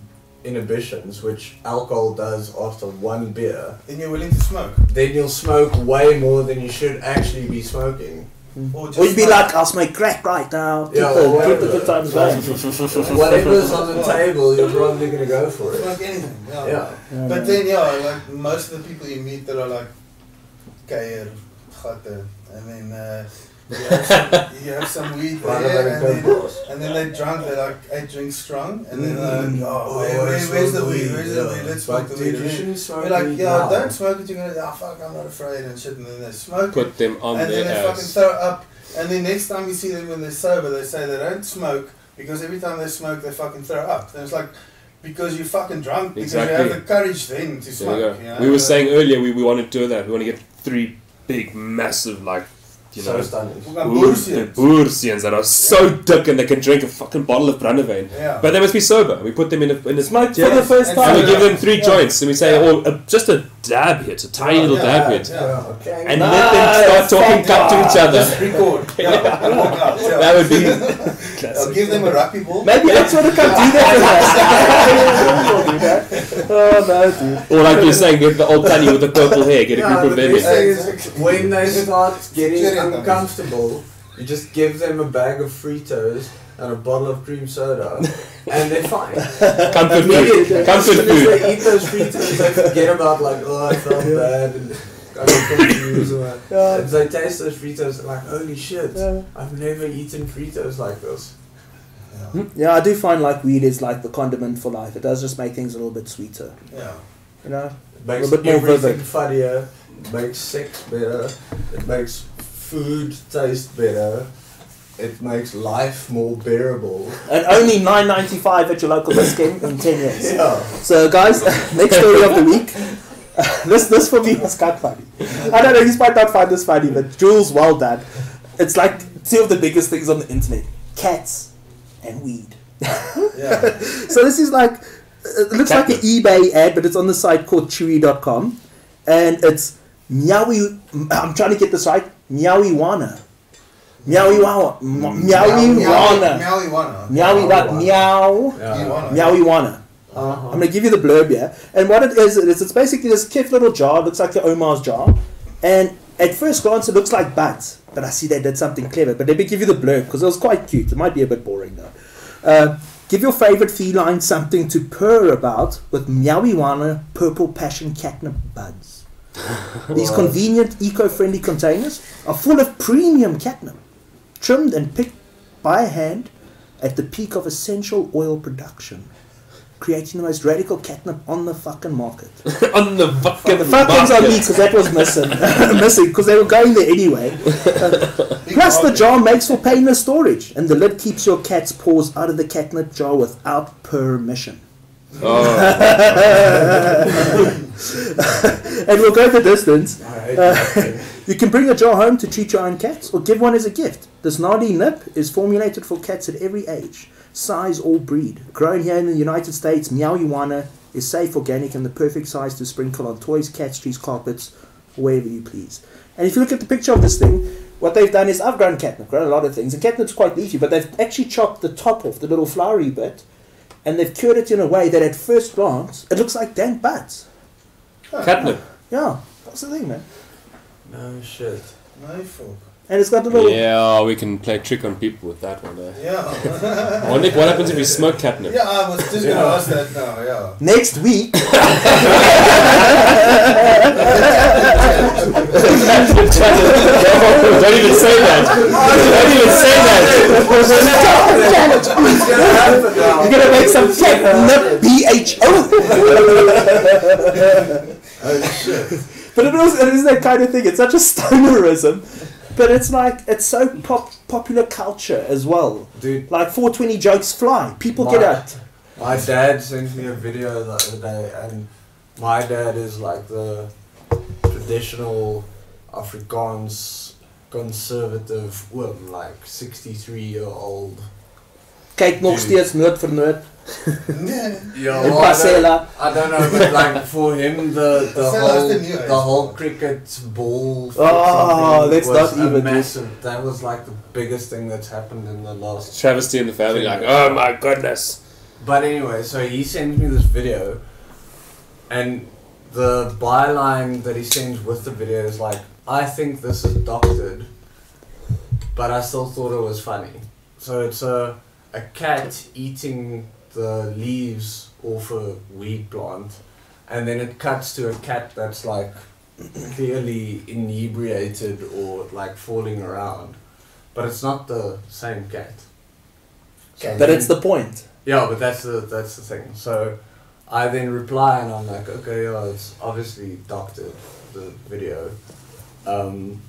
C: inhibitions, which alcohol does after one beer,
F: then you're willing to smoke.
C: then you'll smoke way more than you should actually be smoking.
F: Or, just
B: Or you'd be like, I'll smoke crack right now. Keep,
C: Yeah,
B: the,
C: or
B: keep the good times
C: whatever.
B: going.
C: Whatever's on the table, you're probably going to go for it.
F: like anything. Yeah.
C: Yeah.
B: Yeah,
F: But
B: no.
F: then, yeah, like most of the people you meet that are like, gayer, gatter, and then uh, you, have some, you have some weed
C: Right
F: there,
C: about
F: and
C: it,
F: then,
C: boss.
F: and then they're drunk, they're like eight drinks strong, and then like,
C: Mm.
F: oh,
C: Oh,
F: where,
C: I
F: where,
C: smoke
F: where's the
C: weed,
F: weed? Where's the
C: yeah.
F: weed? Let's smoke
C: Like,
F: the
C: dude,
F: weed.
C: you
F: And then
C: shouldn't smoke
F: We're like,
C: weed
F: yeah,
C: now.
F: don't smoke it, you're gonna, oh fuck, I'm not afraid and shit, and then they smoke it,
E: Put them on
F: and then
E: their
F: they fucking
E: ass.
F: throw up, and then next time you see them when they're sober, they say they don't smoke because every time they smoke, they fucking throw up. And it's like, because you're fucking drunk, because you
E: Exactly.
F: have the courage then to
E: There we
F: smoke.
E: go.
F: You know?
E: We were saying earlier we, we want to do that. We want to get three big, massive, like, you
C: so
E: know,
C: stunning.
F: We're going
E: Boers- the
F: bullshit.
E: Boersians that are so dick and they can drink a fucking bottle of Brandewijn.
F: Yeah.
E: But they must be sober. We put them in a, in a
B: Smoke for
E: Yeah.
B: the first
F: And
E: And
B: time.
E: we give them three
F: Yeah.
E: joints and we say,
F: Yeah. Oh,
E: oh, a, just a dab hit, a tiny little
F: Yeah,
E: dab hit.
F: yeah.
C: Okay.
E: And let them start talking cut to each
F: Just
E: other.
F: record. Yeah. and walk out. Yeah.
E: That would be
F: I'll
E: classic.
F: give them a rappy ball.
B: Maybe that's what it come do that for us. oh no, dude.
E: Or like you're saying, get the old tanny with the purple hair, get a
C: Yeah,
E: group of
C: the
E: them
C: best
E: in.
C: thing is
F: Exactly.
C: when they start getting
F: Shit, I'm-
C: uncomfortable, you just give them a bag of Fritos and a bottle of cream soda, and they're fine.
E: Comfort food.
C: As
E: Comfort
C: soon
E: food.
C: as they eat those Fritos, they forget about like, oh, I felt bad and I'm confused. or-
B: Yeah.
C: And they taste those Fritos, they're like, holy shit,
B: Yeah.
C: I've never eaten Fritos like this.
B: Yeah, I do find like weed is like the condiment for life. It does just make things a little bit sweeter.
F: Yeah.
B: You know?
C: Makes
B: A bit more
C: everything
B: vivid.
C: funnier. It makes sex better. It makes food taste better. It makes life more bearable.
B: And only nine ninety five at your local biscuit in ten years.
C: Yeah.
B: So guys, next story of the week. this this for me was quite funny. I don't know, you might not find this funny, but Jules, well done. It's like two of the biggest things on the internet: cats and weed.
F: Yeah.
B: So this is like it looks like an eBay ad, but it's on the site called Chewy.com, and it's meowie. I'm trying to get this right. Meowiwana. Meowiwana. Meowiwana.
F: Meowiwana.
B: Meowiwana. Meow.
C: Yeah.
B: Meowiwana.
C: Uh-huh.
B: I'm gonna give you the blurb here. And what it is, it is it's basically this cute little jar, looks like your Omar's jar. And at first glance it looks like buds, but I see they did something clever. But let me give you the blurb because it was quite cute. It might be a bit boring though. Uh, give your favorite feline something to purr about with Meowiwana purple passion catnip buds. These convenient, eco-friendly containers are full of premium catnip, trimmed and picked by hand at the peak of essential oil production creating the most radical catnip on the fucking market.
E: on the fucking
B: the fucking's on me
E: basket.
B: because that was missing, missing because they were going there anyway. Plus, the jar makes for painless storage, and the lid keeps your cat's paws out of the catnip jar without permission.
E: Oh,
B: And we'll go the distance.
C: I hate
B: Uh,
C: that thing.
B: You can bring a jar home to treat your own cats or give one as a gift. This Nadi nip is formulated for cats at every age, size, or breed. Grown here in the United States, Meowiwana is safe, organic, and the perfect size to sprinkle on toys, cats, trees, carpets, wherever you please. And if you look at the picture of this thing, what they've done is I've grown catnip, grown a lot of things, and catnip's quite leafy, but they've actually chopped the top off, the little flowery bit, and they've cured it in a way that at first glance it looks like dank buds.
E: catnip.
B: Yeah, that's the thing, man.
C: No shit.
F: No fuck.
B: And it's got a little.
E: Yeah, we can play a trick on people with that one. Eh?
F: Yeah.
E: Oh, Nick, what happens if you smoke catnip?
F: Yeah, I was just gonna ask that now, yeah.
B: Next week,
E: Don't even say that. Don't even say that.
C: It's gonna happen now.
B: You're gonna make some catnip BHO. but it also it is that kind of thing. It's such a stonerism, but it's like it's so pop popular culture as well.
C: Dude,
B: Like 420 jokes fly. People get
C: Mark.
B: out.
C: my dad sent me a video the other day, and my dad is like the traditional Afrikaans conservative woman, like 63 year old.
B: Kijk nog steeds nerd voor nerd.
C: Yeah,
B: En Parcella.
C: I don't know, but like for him, the the
F: Sounds
C: whole
F: the new age.
C: the whole cricket ball. for
B: Oh,
C: something
B: let's
C: was
B: not
C: a
B: even do-
C: massive. That was like the biggest thing that's happened in the last.
E: Travesty in the family, like, oh my goodness.
C: But anyway, so he sends me this video, and the byline that he sends with the video is like, "I think this is doctored." but I still thought it was funny. So it's a, a cat eating the leaves off a weed plant, and then it cuts to a cat that's like clearly inebriated or like falling around, but it's not the same cat. So
B: But
C: then-
B: it's the point.
C: yeah, but that's the that's the thing. So I then reply and I'm like, okay, yeah, it's obviously doctored the video, um,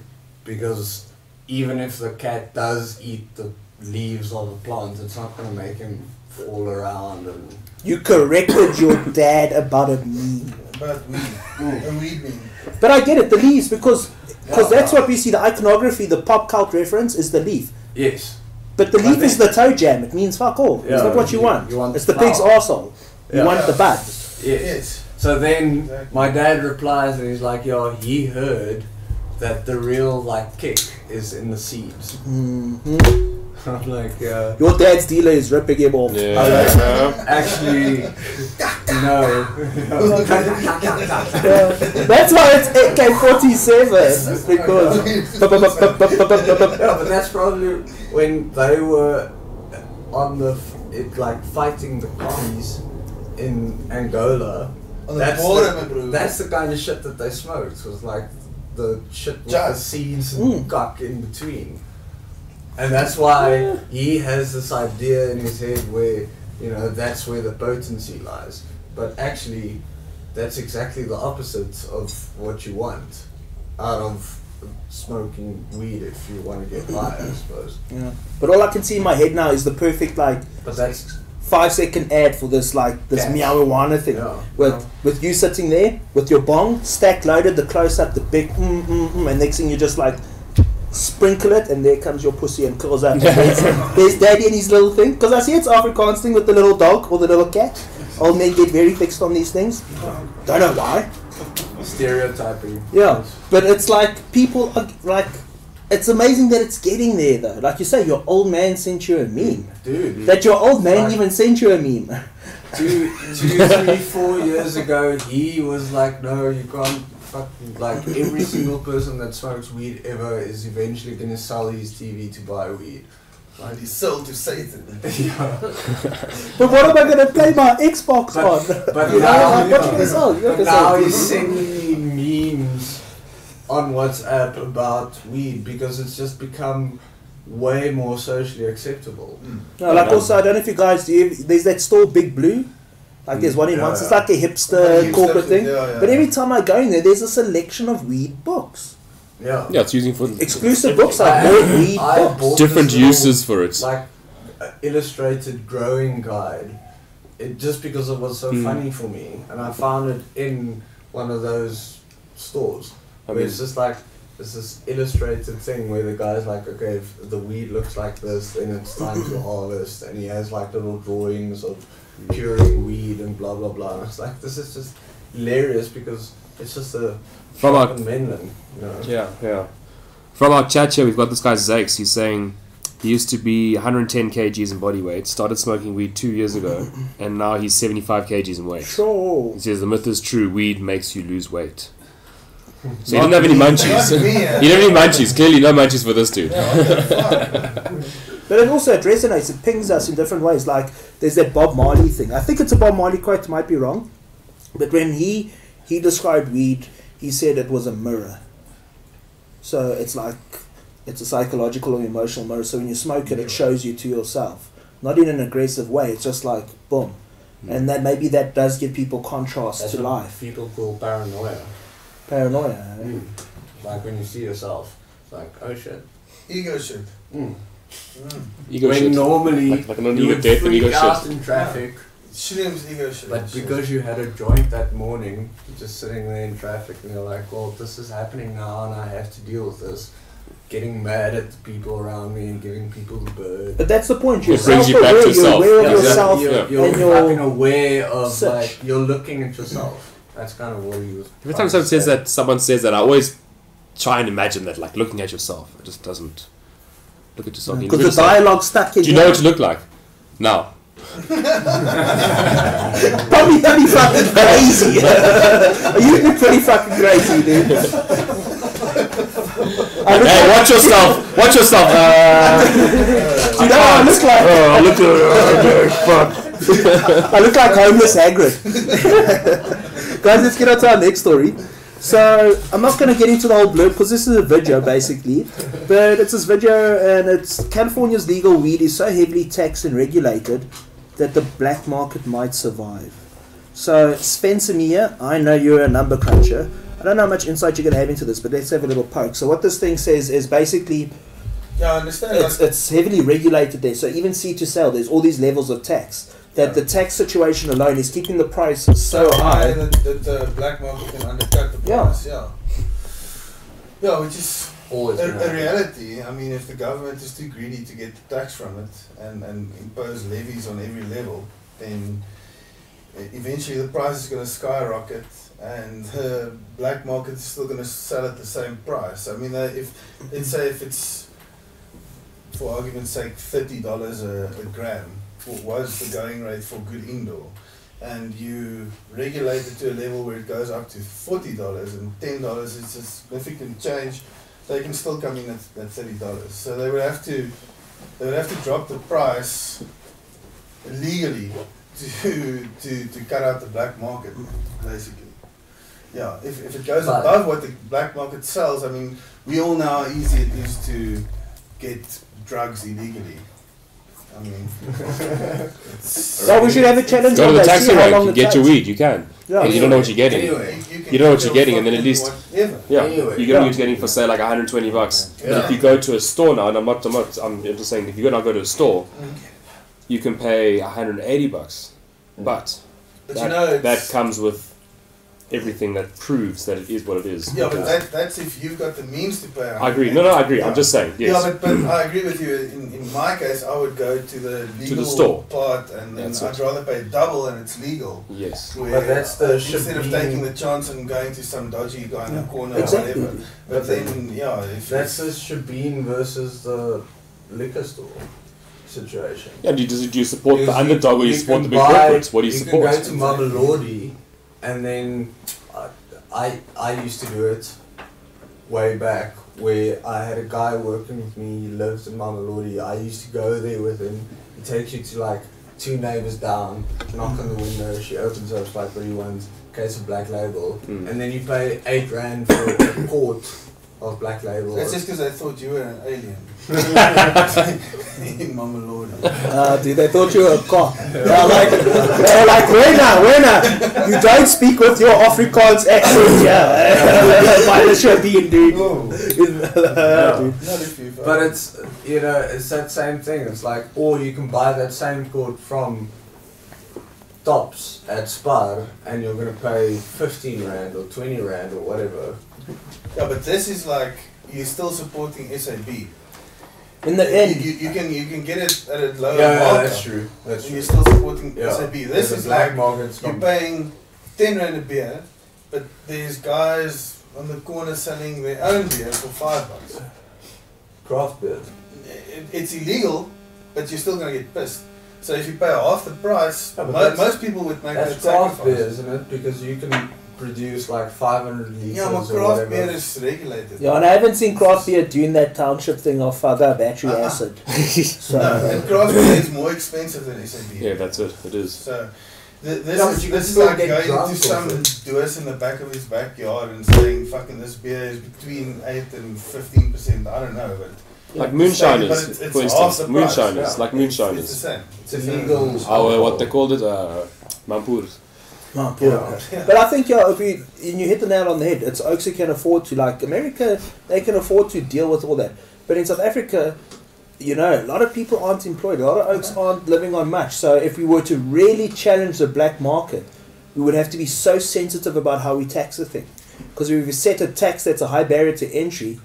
C: because even if the cat does eat the leaves of the plant, it's not gonna make him fall around and
B: You corrected your dad about a meme.
F: But we,
B: Mm.
F: and we mean.
B: But I get it, the leaves, because because
C: Yeah.
B: that's what we see. The iconography, the pop cult reference is the leaf.
C: yes,
B: But the
C: But
B: leaf
C: then-
B: is the toe jam. It means fuck all.
C: Yeah,
B: it's not what you,
C: you-
B: want.
C: you want
B: It's the
C: flour.
B: pig's arsehole. You
C: Yeah.
B: want the bud.
C: yes.
F: Yes.
C: So then
F: Exactly.
C: my dad replies and he's like, yeah, he heard that the real like kick is in the seeds.
B: Mhm.
C: I'm like, yeah.
B: Your dad's dealer is ripping him off.
C: Actually, no.
B: Yeah. That's why it's AK-47. It's because... bu- bu- bu- bu- bu- bu- bu- bu- bu-
C: yeah, but that's probably when they were on the f- it like fighting the commies in Angola.
F: On the
C: that's
F: border, my
C: the,
F: bro.
C: that's the kind of shit that they smoked was like the shit with the
F: Jazz.
C: seeds and cock in between. And that's why he has this idea in his head where, you know, that's where the potency lies. But actually, that's exactly the opposite of what you want out of smoking weed if you want to get high, I suppose.
B: Yeah. But all I can see in my head now is the perfect, like,
C: But that's
B: five second ad for this like this
C: Yes.
B: meowawana thing
C: Yeah.
B: with
C: Yeah.
B: with you sitting there with your bong stack loaded the close up the big mm, mm, mm, and next thing you just like sprinkle it and there comes your pussy and curls up there's, there's daddy and his little thing because I see it's Afrikaans thing with the little dog or the little cat old men get very fixed on these things don't know why
C: stereotyping.
B: yeah, but it's like people are like, it's amazing that it's getting there though. Like you say, your old man sent you a meme.
C: Dude,
B: That your old man
C: Right.
B: even sent you a meme.
C: two, two, three, four years ago, he was like, no, you can't fucking, like, every single person that smokes weed ever is eventually going to sell his TV to buy weed.
F: And he sold to Satan.
C: yeah.
B: But what am I gonna play my Xbox
C: But,
B: on?
C: but
B: you know,
C: now,
B: like, what you gonna sell? You
C: but
B: gonna
C: now
B: sell?
C: he's sending me memes on WhatsApp about weed because it's just become way more socially acceptable.
B: No, like also, I don't know if you guys do. You, there's that store, Big Blue. Like there's one in
C: Yeah,
B: once. It's
C: yeah.
B: like a hipster
F: Like hipster
B: corporate
F: thing,
B: thing.
F: yeah, yeah.
B: But every time I go in there, there's a selection of weed books,
C: Yeah.
E: Yeah, it's using for
B: exclusive books. I bought weed
C: I
B: books.
C: bought
E: different
C: this little-
E: uses for it.
C: like uh, illustrated growing guide it just because it was so funny for me and i found it in one of those stores
E: I
C: where it's just like it's this illustrated thing where the guy's like okay if the weed looks like this then it's time to harvest and he has like little drawings of curing weed and blah blah blah and it's like this is just hilarious because it's just a
E: From
C: shop
E: our-
C: in mainland you know
E: Yeah, yeah. From our chat here, we've got this guy Zakes. He's saying he used to be 110 kgs in body weight, started smoking weed two years ago, and now he's 75 kgs in weight.
B: Sure.
E: He says the myth is true: weed makes you lose weight. So he didn't have any munchies.
F: Not me,
E: he
F: eh?
E: didn't have any munchies. Clearly, no munchies for this dude.
B: But it also it resonates. It pings us in different ways. Like there's that Bob Marley thing. I think it's a Bob Marley quote. Might be wrong, but when he he described weed, he said it was a mirror. So it's like it's a psychological or emotional mirror. So when you smoke it, it shows you to yourself, not in an aggressive way. It's just like boom, and that maybe that does give people contrast
C: that's
B: to
C: what
B: life,
C: people call paranoia
B: paranoia. eh?
C: Hmm. like when you see yourself it's like oh shit
F: Ego shit.
E: Hmm.
C: Mm.
F: Mm.
E: Ego
C: when
E: shit.
C: normally
E: Like- like an
C: you
E: ego
C: would
E: death and
C: freak
E: ego shit.
C: out in traffic,
F: Shrimps ego shit.
C: but because you had a joint that morning, you're just sitting there in traffic, and you're like, "Well, this is happening now, and I have to deal with this." Getting mad at the people around me and giving people the bird.
B: But that's the point. You're
E: It brings you
B: self-aware,
E: back to
B: you're
E: self.
B: aware of
E: Yeah,
C: you're,
B: yourself.
E: yeah.
C: you're, you're
B: and your
C: fucking aware of
B: search.
C: like you're looking at yourself. That's kind of what he was.
E: Every
C: trying
E: time
C: to
E: someone says
C: say.
E: that, someone says that, I always try and imagine that, like looking at yourself. It just doesn't. Look at yourself. You look at
B: Because the
E: yourself.
B: dialogue stuck in
E: Do you
B: your-
E: know what you look like? Now.
B: Probably pretty fucking crazy. Are you pretty fucking crazy, dude? I look
E: Hey,
B: like,
E: watch yourself. Watch yourself. Uh,
B: you know what I look like?
E: oh, look at fuck.
B: I look like homeless Hagrid. Guys, let's get on to our next story. So I'm not going to get into the whole blurb because this is a video basically, but it's this video and it's California's legal weed is so heavily taxed and regulated that the black market might survive. So Spencer Mia, I know you're a number cruncher. I don't know how much insight you're going to have into this, but let's have a little poke. So what this thing says is basically
F: Yeah, I understand.
B: it's, it's heavily regulated there. So even seed to sale, there's all these levels of tax. That the tax situation alone is keeping the price so
F: high
B: high.
F: that, that the black market can undercut the
B: Yeah.
F: price. Yeah. Yeah, which is
C: Always.
F: a,
C: been
F: a
C: happening.
F: reality. I mean, if the government is too greedy to get the tax from it and, and impose levies on every level, then e- eventually the price is going to skyrocket and the black market is still going to sell at the same price. I mean, uh, if let's say if it's, for argument's sake, $30 a, a gram wa- was the going rate for good indoor. And you regulate it to a level where it goes up to forty dollars and ten dollars is a significant change they can still come in at, at thirty dollars. So they would have to they would have to drop the price legally to to, to cut out the black market, basically. Yeah, if, if it goes
C: But-
F: above what the black market sells, I mean, we all know how easy it is to get drugs illegally. I mean, it's-
B: Well, we should have a challenge
E: Go
B: on
E: to the
B: that.
E: taxi
B: see how
E: rank.
B: long
E: You
B: it
E: get your
B: takes.
E: weed. You can.
B: Yeah.
E: And you don't know what you're getting.
F: Anyway, you,
E: you know what
F: can
E: you're getting, and then at
F: fucking
E: least-
F: whatever.
E: Yeah.
C: Anyway.
E: You get what you're getting for say like 120 bucks.
F: Yeah.
E: If you go to a store now, and I'm not, I'm not, I'm just saying, if you go now go to a store, you can pay 180 bucks, but
F: But
E: that,
F: you know,
E: that
F: it's-
E: comes with everything that proves that it is what it is.
F: yeah, but that, that's if you've got the means to pay.
E: I agree. No, no, I agree. I'm just saying. Yes.
F: Yeah, but, but I agree with you. In, in my case, I would go to the legal
E: store.
F: part, and, and
E: That's
F: I'd
E: it.
F: rather pay double, and it's legal.
E: yes.
F: Where
C: that's the-
F: instead of
C: should be-
F: taking the chance and going to some dodgy guy in the corner
B: Exactly.
F: or whatever. But then, yeah, if
C: That's the
F: it's-
C: Shabin versus the liquor store situation.
E: Yeah. Do you, do you- do you support the
C: Because you-
E: underdog or you
C: you
E: support the
C: can
E: big
C: buy-
E: corporates? What do you, support?
C: can go to Mama Lordy, and then I, I I used to do it way back where I had a guy working with me. He lives in Mama Lordy. I used to go there with him. He takes you to like two neighbors down, knock on the window. She opens up. It's like, what do you want? Case of Black Label,
E: Mm.
C: and then you pay eight rand for a quart of Black Label.
F: that's just because I thought you were an alien. in Mama Lord.
B: Ah, dude, they thought you were a cop. They're like, they're like, Wena, Wena, you don't speak with your Afrikaans accent. Yeah, by the Shabin, dude.
F: No,
B: Ah, dude.
F: not if you.
C: But it's you know it's that same thing. It's like or you can buy that same cord from Tops at Spar and you're gonna pay fifteen rand or twenty rand or whatever.
F: yeah, but this is like you're still supporting SAB.
B: In the
F: You,
B: end,
F: you, you can you can get it at a
C: Yeah,
F: lower
C: yeah,
F: markup.
C: that's true. That's
F: and you're
C: true.
F: still supporting
C: Yeah.
F: SAB. This
C: There's a
F: is
C: black
F: like
C: market. it's
F: you're
C: not-
F: paying 10 rand a beer, but there's guys on the corner selling their own beer for 5 bucks.
C: craft beer.
F: It, it's illegal, but you're still going to get pissed. So if you pay half the price,
C: Yeah, but
F: mo-
C: that's-
F: most people would make that
C: That's craft beer,
F: sacrifice.
C: isn't it? Because you can produce like five hundred liters
F: Yeah, but
C: or whatever.
F: craft beer is regulated.
B: yeah, and I haven't seen craft beer doing that township thing of other battery
F: Uh-uh.
B: acid. So.
F: No, and craft beer is more expensive than SAB.
E: Yeah, that's it. It is.
F: So th- this
C: Yeah, but
F: is this
C: you can
F: is
C: still
F: like
C: get
F: going
C: drunk
F: to
C: off
F: some
C: it.
F: doers in the back of his backyard and saying, "Fucking this beer is between eight and fifteen percent." I don't know, but
E: Like
F: but
E: moonshiners,
F: it's- it's
E: for
F: half the
E: instance.
F: price,
E: Moonshiners,
F: yeah.
E: like
F: it's the
E: moonshiners.
F: same.
C: It's illegal.
E: Our, what they called it? Uh, Mampur.
B: Oh, poor guy. But I think yeah, if you and you hit the nail on the head, it's Oaks can afford to like America. They can afford to deal with all that. But in South Africa, you know, a lot of people aren't employed. A lot of Oaks aren't living on much. So if we were to really challenge the black market, we would have to be so sensitive about how we tax the thing. Because if we set a tax that's a high barrier to entry,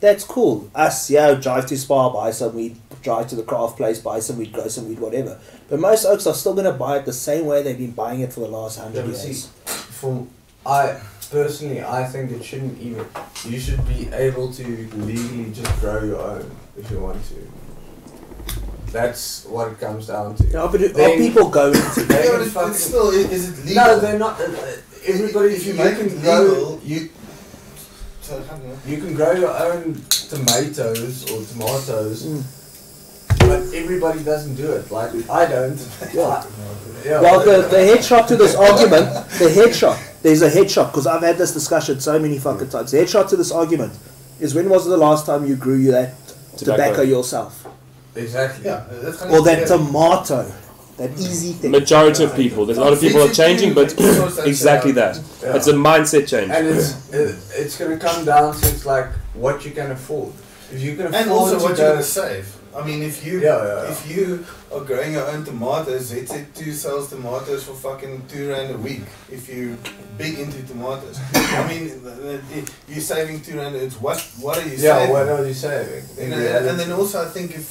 B: that's cool. Us, yeah, drive to Spa, buy some weed, drive to the craft place, buy some weed, grow some weed, whatever. But most oaks are still going to buy it the same way they've been buying it for the last
C: Yeah,
B: hundred
C: but
B: years.
C: see, from I personally, I think it shouldn't even. You should be able to legally just grow your own if you want to. That's what it comes down to.
B: Yeah, but are
C: Then-
B: people going to
C: They
F: Yeah,
C: can
F: but it's,
C: fucking-
F: it's still is, is it legal?
C: no, they're not. uh, uh, Everybody,
F: if you
C: you
F: make
C: can
F: it
C: grow-
F: legal, you so I don't know.
C: You can grow your own tomatoes or tomatoes,
F: Mm.
C: but everybody doesn't do it. Like I don't.
B: Yeah.
C: Yeah.
B: Well, the, the head shot to this argument, the head shot, there's a head shot, because I've had this discussion so many fucking times. The head shot to this argument is when was the last time you grew you that tobacco,
A: Tobacco.
B: yourself?
C: exactly.
F: Yeah, that's kind
B: Or
F: of
B: that
F: yeah.
B: tomato, that easy thing.
A: Majority of people, there's a lot of people are changing, but exactly that.
C: Yeah.
A: It's a mindset change.
C: And it's it, it's gonna come down to it's like what you can afford. If you can afford
F: And also
C: to
F: what
C: go-
F: you're gonna save. I mean, if you
C: Yeah, yeah, yeah.
F: if you are growing your own tomatoes, ZZ2 sells tomatoes for fucking two rand a week. If you big into tomatoes, I mean, the- the- the- you're saving two rand. It's what what are you
C: yeah,
F: saving?
C: what are you saving?
F: And,
C: In
F: and, and
C: reality.
F: then also, I think if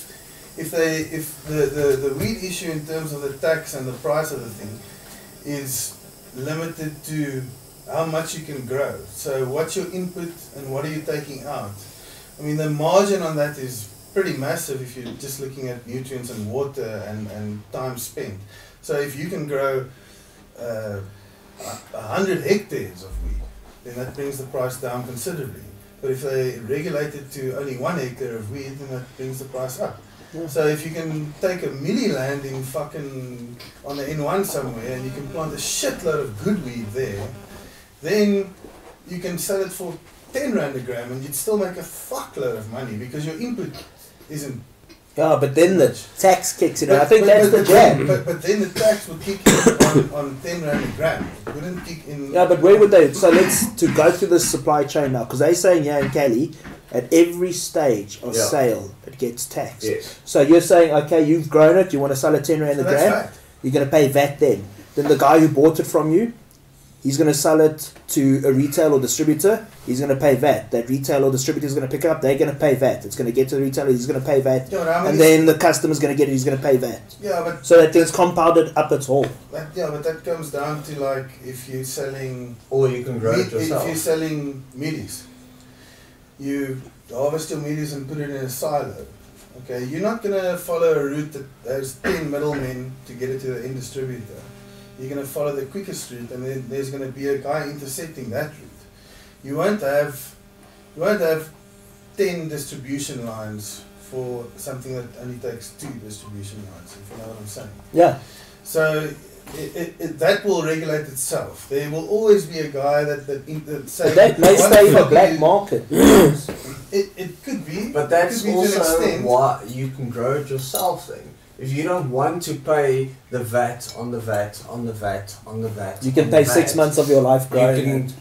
F: if they if the, the, the weed issue in terms of the tax and the price of the thing is limited to how much you can grow. So what's your input and what are you taking out? I mean, the margin on that is pretty massive if you're just looking at nutrients and water and, and time spent. So if you can grow uh, a- a hundred hectares of wheat, then that brings the price down considerably. But if they regulate it to only one hectare of wheat, then that brings the price up.
B: Yeah.
F: So if you can take a milli land in fucking on the N1 somewhere and you can plant a shitload of good weed there, then you can sell it for 10 rand a gram and you'd still make a fuckload of money because your input isn't.
B: Yeah, but then the tax kicks in. I think
F: but-
B: that's
F: but-
B: the
F: but then-
B: jam.
F: But, but then the tax would kick in on, on 10 rand a gram. It wouldn't kick in.
B: Yeah, but where would they? So let's to go through this supply chain now, because they're saying yeah in Cali, at every stage of
C: Yeah.
B: sale it gets taxed.
C: yes.
B: So you're saying okay, you've grown it, you want to sell it ten rand a
F: So that's
B: gram,
F: right.
B: you're going to pay VAT then. Then the guy who bought it from you, he's going to sell it to a retail or distributor. He's going to pay VAT. That retail or distributor is going to pick it up. They're going to pay VAT. It's going to get to the retailer. He's going to pay VAT.
F: Yeah, but how many-
B: And then the customer's going to get it. He's going to pay VAT.
F: yeah, but
B: So that thing's compounded up its whole.
F: That, yeah, but that comes down to like if you're selling
C: Or you can grow
F: meat-
C: it yourself.
F: if you're selling middies, you harvest your middies and put it in a silo. Okay, you're not gonna follow a route that has ten middlemen to get it to the end distributor. You're gonna follow the quickest route, and then there's gonna be a guy intercepting that route. You won't have, you won't have ten distribution lines for something that only takes two distribution lines. If you know what I'm saying.
B: Yeah.
F: So it, it, it, that will regulate itself. There will always be a guy that that, in- that say
B: But that may
F: "One
B: stay in a
F: fucking-
B: black market.
F: It, it could be,
C: But that's
F: Could be to an
C: also
F: extent.
C: why you can grow it yourself then. If you don't want to pay the VAT on the VAT on the VAT on the VAT,
B: You can
C: on the
B: pay six
C: VAT,
B: months of your life
C: You
B: growing.
C: can
B: it.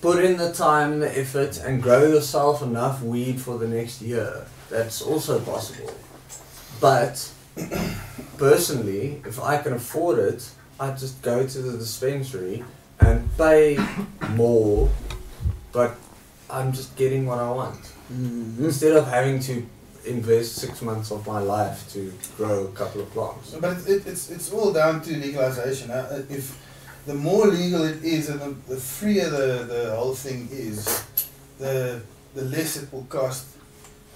C: put in the time, the effort, and grow yourself enough weed for the next year. That's also possible. But personally, if I can afford it, I just go to the dispensary and pay more, but I'm just getting what I want
F: Hmm.
B: Mhm.
C: instead of having to invest six months of my life to grow a couple of plants.
F: But it, it, it's it's all down to legalization. Uh, uh, if the more legal it is, and the, the freer the, the whole thing is, the the less it will cost,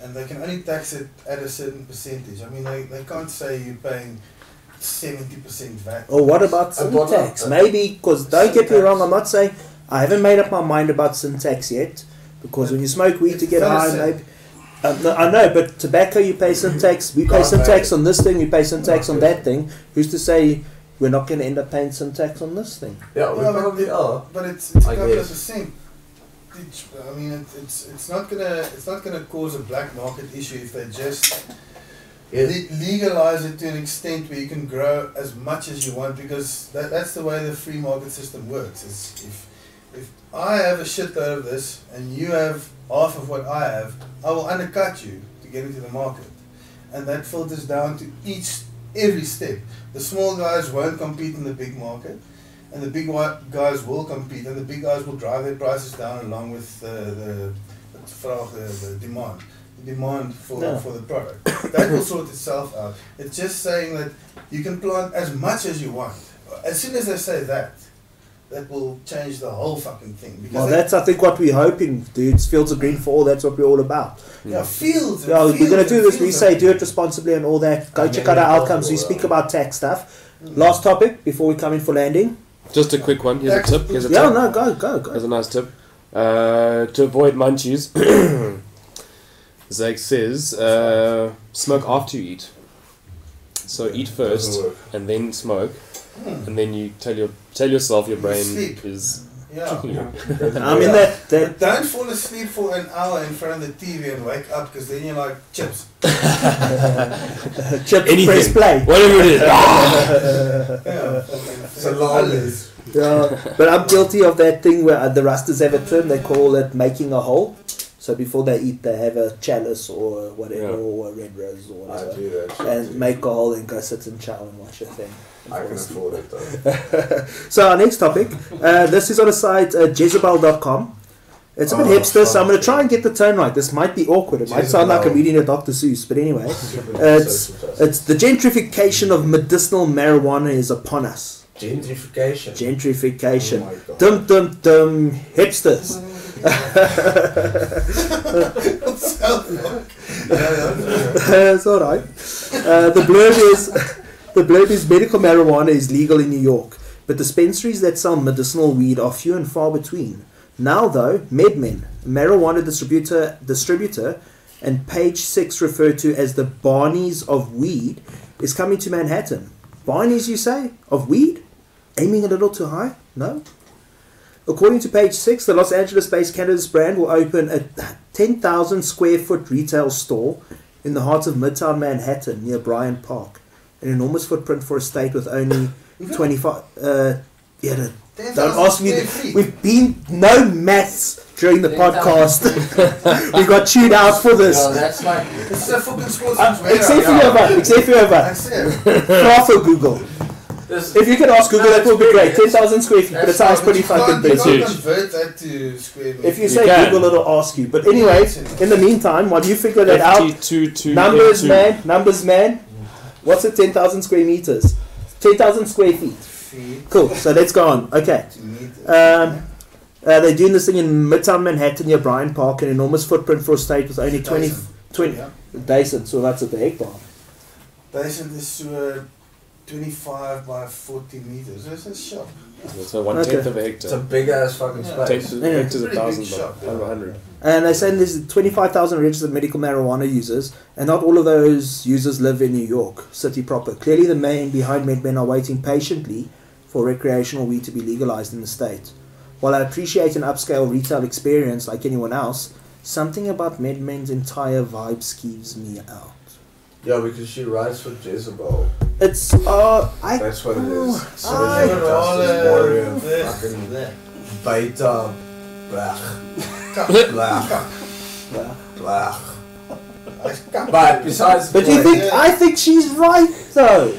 F: and they can only tax it at a certain percentage. I mean, they, they can't say you're paying seventy percent VAT.
B: Or Oh, what about
C: And what
B: syntax?
C: about-
B: Maybe because don't get me
F: Syntax.
B: wrong, I'm not saying I haven't made up my mind about syntax yet. Because when you smoke weed to get
F: It's
B: high,
F: innocent.
B: maybe um, no, I know, but tobacco you pay syntax. We pay
C: Can't
B: syntax
C: pay.
B: on this thing. We pay syntax on
C: Okay.
B: that thing. Who's to say we're not going to end up paying syntax on this thing?
C: Yeah, we
F: Yeah, but
C: probably
F: it-
C: are.
F: But it's, it's a
C: I
F: couple of
C: guess.
F: percent. Each- I mean, it, it's it's not gonna it's not gonna cause a black market issue if they just
C: Yes.
F: le- legalize it to an extent where you can grow as much as you want because that, that's the way the free market system works. Is if if I have a shitload of this and you have half of what I have, I will undercut you to get into the market, and that filters down to each every step. The small guys won't compete in the big market and the big white guys will compete, and the big guys will drive their prices down along with uh, the the vraag, the, the demand, the demand for
B: Yeah.
F: for the product. That will sort itself out. It's just saying that you can plant as much as you want. As soon as they say that, that will change the whole fucking thing. Because
B: Well,
F: they-
B: that's I think what we're hoping, dudes. Fields of green for all. That's what we're all about.
F: yeah, fields. and
B: Yeah, we're
F: fields
B: gonna
F: and
B: do this. We
F: fields
B: say
F: and-
B: do it responsibly and all that. Go
C: And
B: check
C: then
B: out our
C: we go
B: outcomes.
C: for,
B: We speak
C: uh,
B: about tax stuff. Last topic before we come in for landing.
E: Just a quick one. Here's a tip. Here's a
B: Yeah,
E: tip.
B: no, go, go,
E: Here's
B: go.
E: a nice tip. Uh, to avoid munchies, Zach says, uh, smoke after you eat. So eat first
G: Doesn't work.
E: and then smoke, and then you tell your tell yourself your
F: You
E: brain
F: sleep.
E: is.
F: Yeah.
B: I mean, that,
F: But
B: that
F: don't fall asleep for an hour in front of the TV and wake up because then you're like chips.
B: chip
E: Anything.
B: press play.
E: Whatever it is.
F: Yeah.
C: So lollies.
B: Yeah, but I'm guilty of that thing where uh, the Rastas have a term, they call it making a hole. So before they eat, they have a chalice or whatever,
A: Yeah.
B: or a red rose or
G: I
B: whatever.
G: do that shit
B: And
G: too.
B: make a hole and go sit and chow and watch a thing.
G: I can afford it though.
B: So our next topic, uh, this is on a site, uh, Jezebel.com. It's a bit
G: Oh,
B: hipster, so I'm going to
G: fuck.
B: try and get the tone right. This might be awkward. It might sound like I'm
G: Jezebel.
B: reading a Dr. Seuss, but anyway.
G: Super
B: It's-
G: social justice.
B: It's the gentrification of medicinal marijuana is upon us.
C: Gentrification.
B: Gentrification.
G: Oh my God.
B: Dum dum dum hipsters. it's all right. Uh, the blurb is the blurb is medical marijuana is legal in New York, but dispensaries that sell medicinal weed are few and far between. Now, though, MedMen, a marijuana distributor, distributor, and Page Six referred to as the Barneys of weed, is coming to Manhattan. Barneys, you say, of weed? Aiming a little too high? No. According to page six, the Los Angeles-based cannabis brand will open a 10,000 square foot retail store in the heart of Midtown Manhattan near Bryant Park, an enormous footprint for a state with only 25. Uh, yeah, no, don't ask me. that. We've been no maths during the
C: 10,000.
B: podcast. we got tuned out for this.
C: Yeah, that's like
F: It's a fucking sports
B: Uh,
F: yeah,
B: except for
F: yeah.
B: Yova, except for Yova.
F: That's it.
B: Far for Google.
C: this.
B: If you can ask Google,
C: No,
B: that would be
C: it's
B: great.
C: big.
B: 10,000 square feet, but it
C: That's
B: sounds
C: fine,
B: pretty
F: You can't, you
B: fucking big.
F: can't
E: huge.
F: convert that to square meters.
B: If you
E: You
B: say
E: can.
B: Google, it'll ask you. But anyway, in the meantime, while you figure that out,
E: Two, two,
B: numbers,
E: two.
B: man, numbers, man. What's a 10,000 square meters? 10,000 square feet.
F: Feet
B: Cool, so let's go on. Okay.
F: to meters.
B: Um, uh, they're doing this thing in Midtown Manhattan near Bryant Park, an enormous footprint for a state with only 20.
F: Dyson.
B: 20
F: Yeah.
B: Dyson, so that's a big bomb.
F: Dyson is to, uh, 25 by 40 meters. That's a shop.
E: So one tenth
B: Okay.
E: of a
C: It's a
E: hectare.
C: big ass fucking
F: Yeah.
C: space.
E: Tenth of
B: Yeah.
E: hectares a
F: Pretty big
E: thousand,
F: shop,
E: but over a hundred.
B: And they say there's 25,000 registered medical marijuana users, and not all of those users live in New York City proper. Clearly, the men behind MedMen are waiting patiently for recreational weed to be legalized in the state. While I appreciate an upscale retail experience like anyone else, something about MedMen's entire vibe skeeves me out.
G: Yeah, because she writes for Jezebel.
B: It's, uh, I.
G: That's what it is.
B: Oh,
G: Social
B: I-
G: justice warrior, fucking
F: that.
G: beta, blech, blech,
B: uh,
G: blech. But besides,
B: But you think, I think she's right though.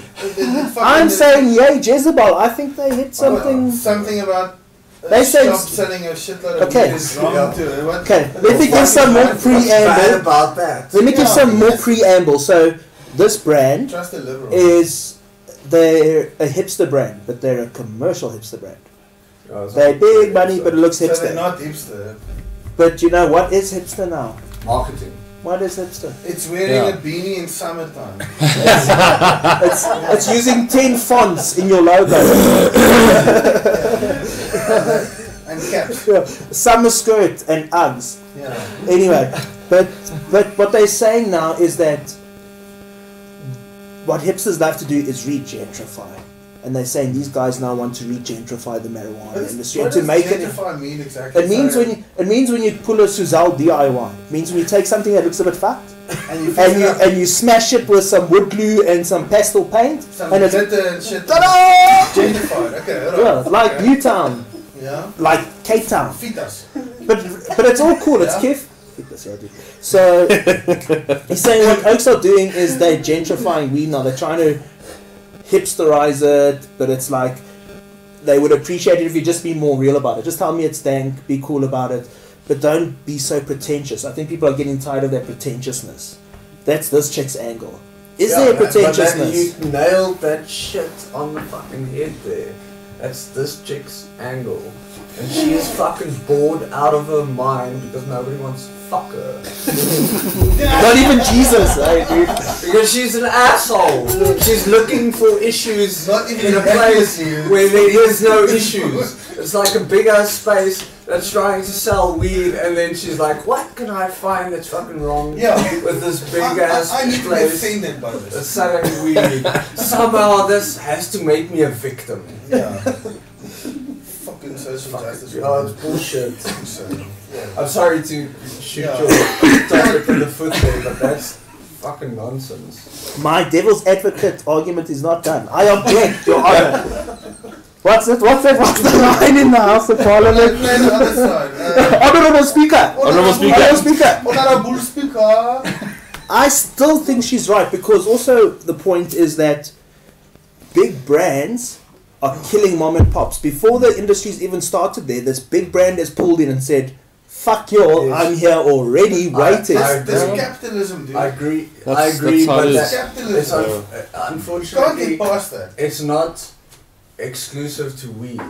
B: I'm saying, yay, Jezebel. I think they hit something.
F: Something about. a
B: They said-
F: shop selling a shitload of
B: Okay.
F: meters wrong
G: Yeah.
F: to it. What-
B: Okay, let me give some more preamble.
G: bad about that?
B: Let me give
F: Yeah.
B: some more preamble. So, this brand
F: Trust the liberal.
B: is they're a hipster brand, but they're a commercial hipster brand.
G: Oh, it's
B: They're
G: not-
B: big money, but it looks
F: so they're
B: hipster.
F: not hipster.
B: But you know what is hipster now?
G: marketing.
B: What is hipster?
F: It's wearing a beanie in summertime.
B: It's it's using ten fonts in your logo,
F: and caps.
B: Yeah, summer skirt and Uggs.
F: Yeah.
B: Anyway, but but what they're saying now is that what hipsters love to do is regentrify, and they're saying these guys now want to regentrify the marijuana industry and to make it.
F: Gentrify mean exactly?
B: It means
F: Sorry.
B: when you, it means when you pull a Suzal DIY. It means when you take something that looks a bit fucked
F: and you
B: and
F: fix it
B: you
F: up.
B: and you smash it with some wood glue and some pastel paint
F: some
B: and it's
F: glitter and shit.
B: ta-da!
F: Gentrified. Okay. All
B: Yeah,
F: right.
B: like
F: okay.
B: Newtown,
F: Yeah.
B: like Cape Town.
F: Fetus.
B: But but it's all cool. It's
F: Yeah.
B: kiff. So he's saying what Oaks are doing is they're gentrifying weed now. They're trying to hipsterize it, but it's like they would appreciate it if you just be more real about it. Just tell me it's dank. Be cool about it, but don't be so pretentious. I think people are getting tired of their pretentiousness. That's this chick's angle. Is
G: Yeah,
B: there
G: but- but that-
B: pretentiousness?
G: You nailed that shit on the fucking head there. That's this chick's angle. And she is fucking bored out of her mind because nobody wants to fuck her.
B: Not even Jesus, eh, dude.
G: Because she's an asshole. She's looking for issues
F: Not even
G: in a
F: happiness
G: place
F: you-
G: where there is no issues. It's like a big ass space.
C: that's trying to sell weed, and then she's like, "What can I find that's fucking wrong
F: Yeah.
C: with this big
F: I,
C: ass
F: I, I need to be
C: place
F: offended by
C: that's
F: this.
C: selling weed? Somehow this has to make me a victim."
F: Yeah. Fucking social justice.
C: Oh, it's bullshit.
F: So, yeah.
C: I'm sorry to shoot
F: Yeah.
C: your topic in the foot there, but that's fucking nonsense.
B: My devil's advocate argument is not done. I object, Your Honor. What's that? What's that? What's the line in the House of
F: Let's
B: Parliament?
F: play the other side. Uh,
B: Honorable Speaker.
F: Honourable Speaker.
B: Honourable Speaker.
F: Honorable Speaker.
B: I still think she's right because also the point is that big brands are killing mom and pops. Before the industry's even started there, this big brand has pulled in and said, "Fuck you all, I'm here already waiting."
C: I-
F: That's, that's
C: agree.
F: capitalism, dude.
C: I agree. I
H: That's-
C: agree,
H: that's how
C: but
H: it
F: That's
H: is.
C: that, it's
F: capitalism.
C: un- uh,
F: You can't get
C: unfortunately
F: past that.
C: it's not exclusive to weed.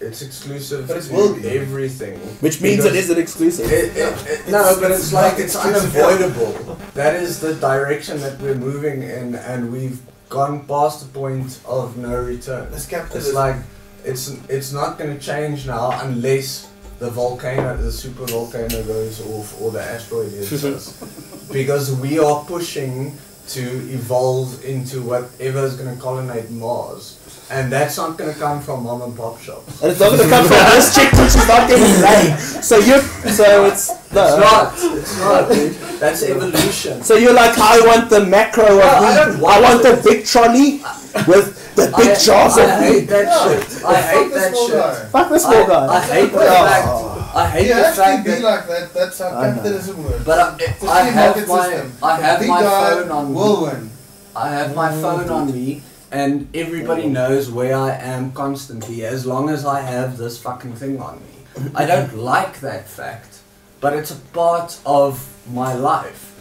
C: It's exclusive
F: But it
C: to
F: will be.
C: everything.
B: which means it isn't exclusive.
C: It, it, it, no, but it's like it's
F: exclusive.
C: unavoidable. That is the direction that we're moving in, and we've gone past the point of no return.
F: That's
C: It's
F: capitalism.
C: like it's it's not going to change now unless the volcano, the super volcano, goes off or the asteroid hits us, because we are pushing to evolve into whatever is going to colonize Mars, and that's not going to come from mom and pop shops.
B: And it's not going to come from this chick which is not getting laid. So you, so it's no.
C: It's not. It's not. dude. That's evolution.
B: So you're like, I want the macro of
C: I
B: weed.
C: don't
B: I want
C: want
B: the
C: it.
B: big trolley with the big
C: I,
B: jars
C: I
B: of
C: hate
B: weed.
C: that
F: Yeah.
C: shit. I
F: Fuck
C: hate
F: this
C: that
F: small
C: shit.
F: guy.
B: Fuck this
C: I,
B: small guy.
C: I hate Oh. the
F: Yeah.
C: fact. I
F: You
C: hate the
F: have
C: fact
F: to be
C: that
F: like that. That's how
B: I know.
F: capitalism works.
C: But I,
F: It's a
C: I
F: free
C: have
F: market
C: my
F: system.
C: I have
F: Big
C: my
F: guy
C: phone on
F: will win.
C: I have my phone on me, and everybody knows where I am constantly as long as I have this fucking thing on me. I don't like that fact, but it's a part of my life,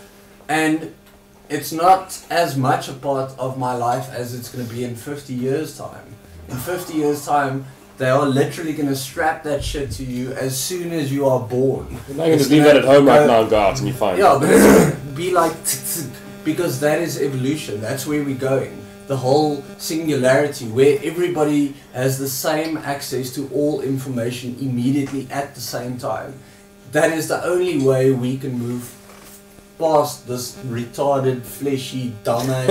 C: and it's not as much a part of my life as it's going to be in 50 years' time. In 50 years' time, they are literally going to strap that shit to you as soon as you are born.
A: You're not going
C: It's
A: to leave that at home right
C: gonna-
A: now and go out and you find
C: Yeah, but it's gonna be like tsk, tsk, because that is evolution. That's where we're going. The whole singularity, where everybody has the same access to all information immediately at the same time. That is the only way we can move past this retarded, fleshy, dumbass.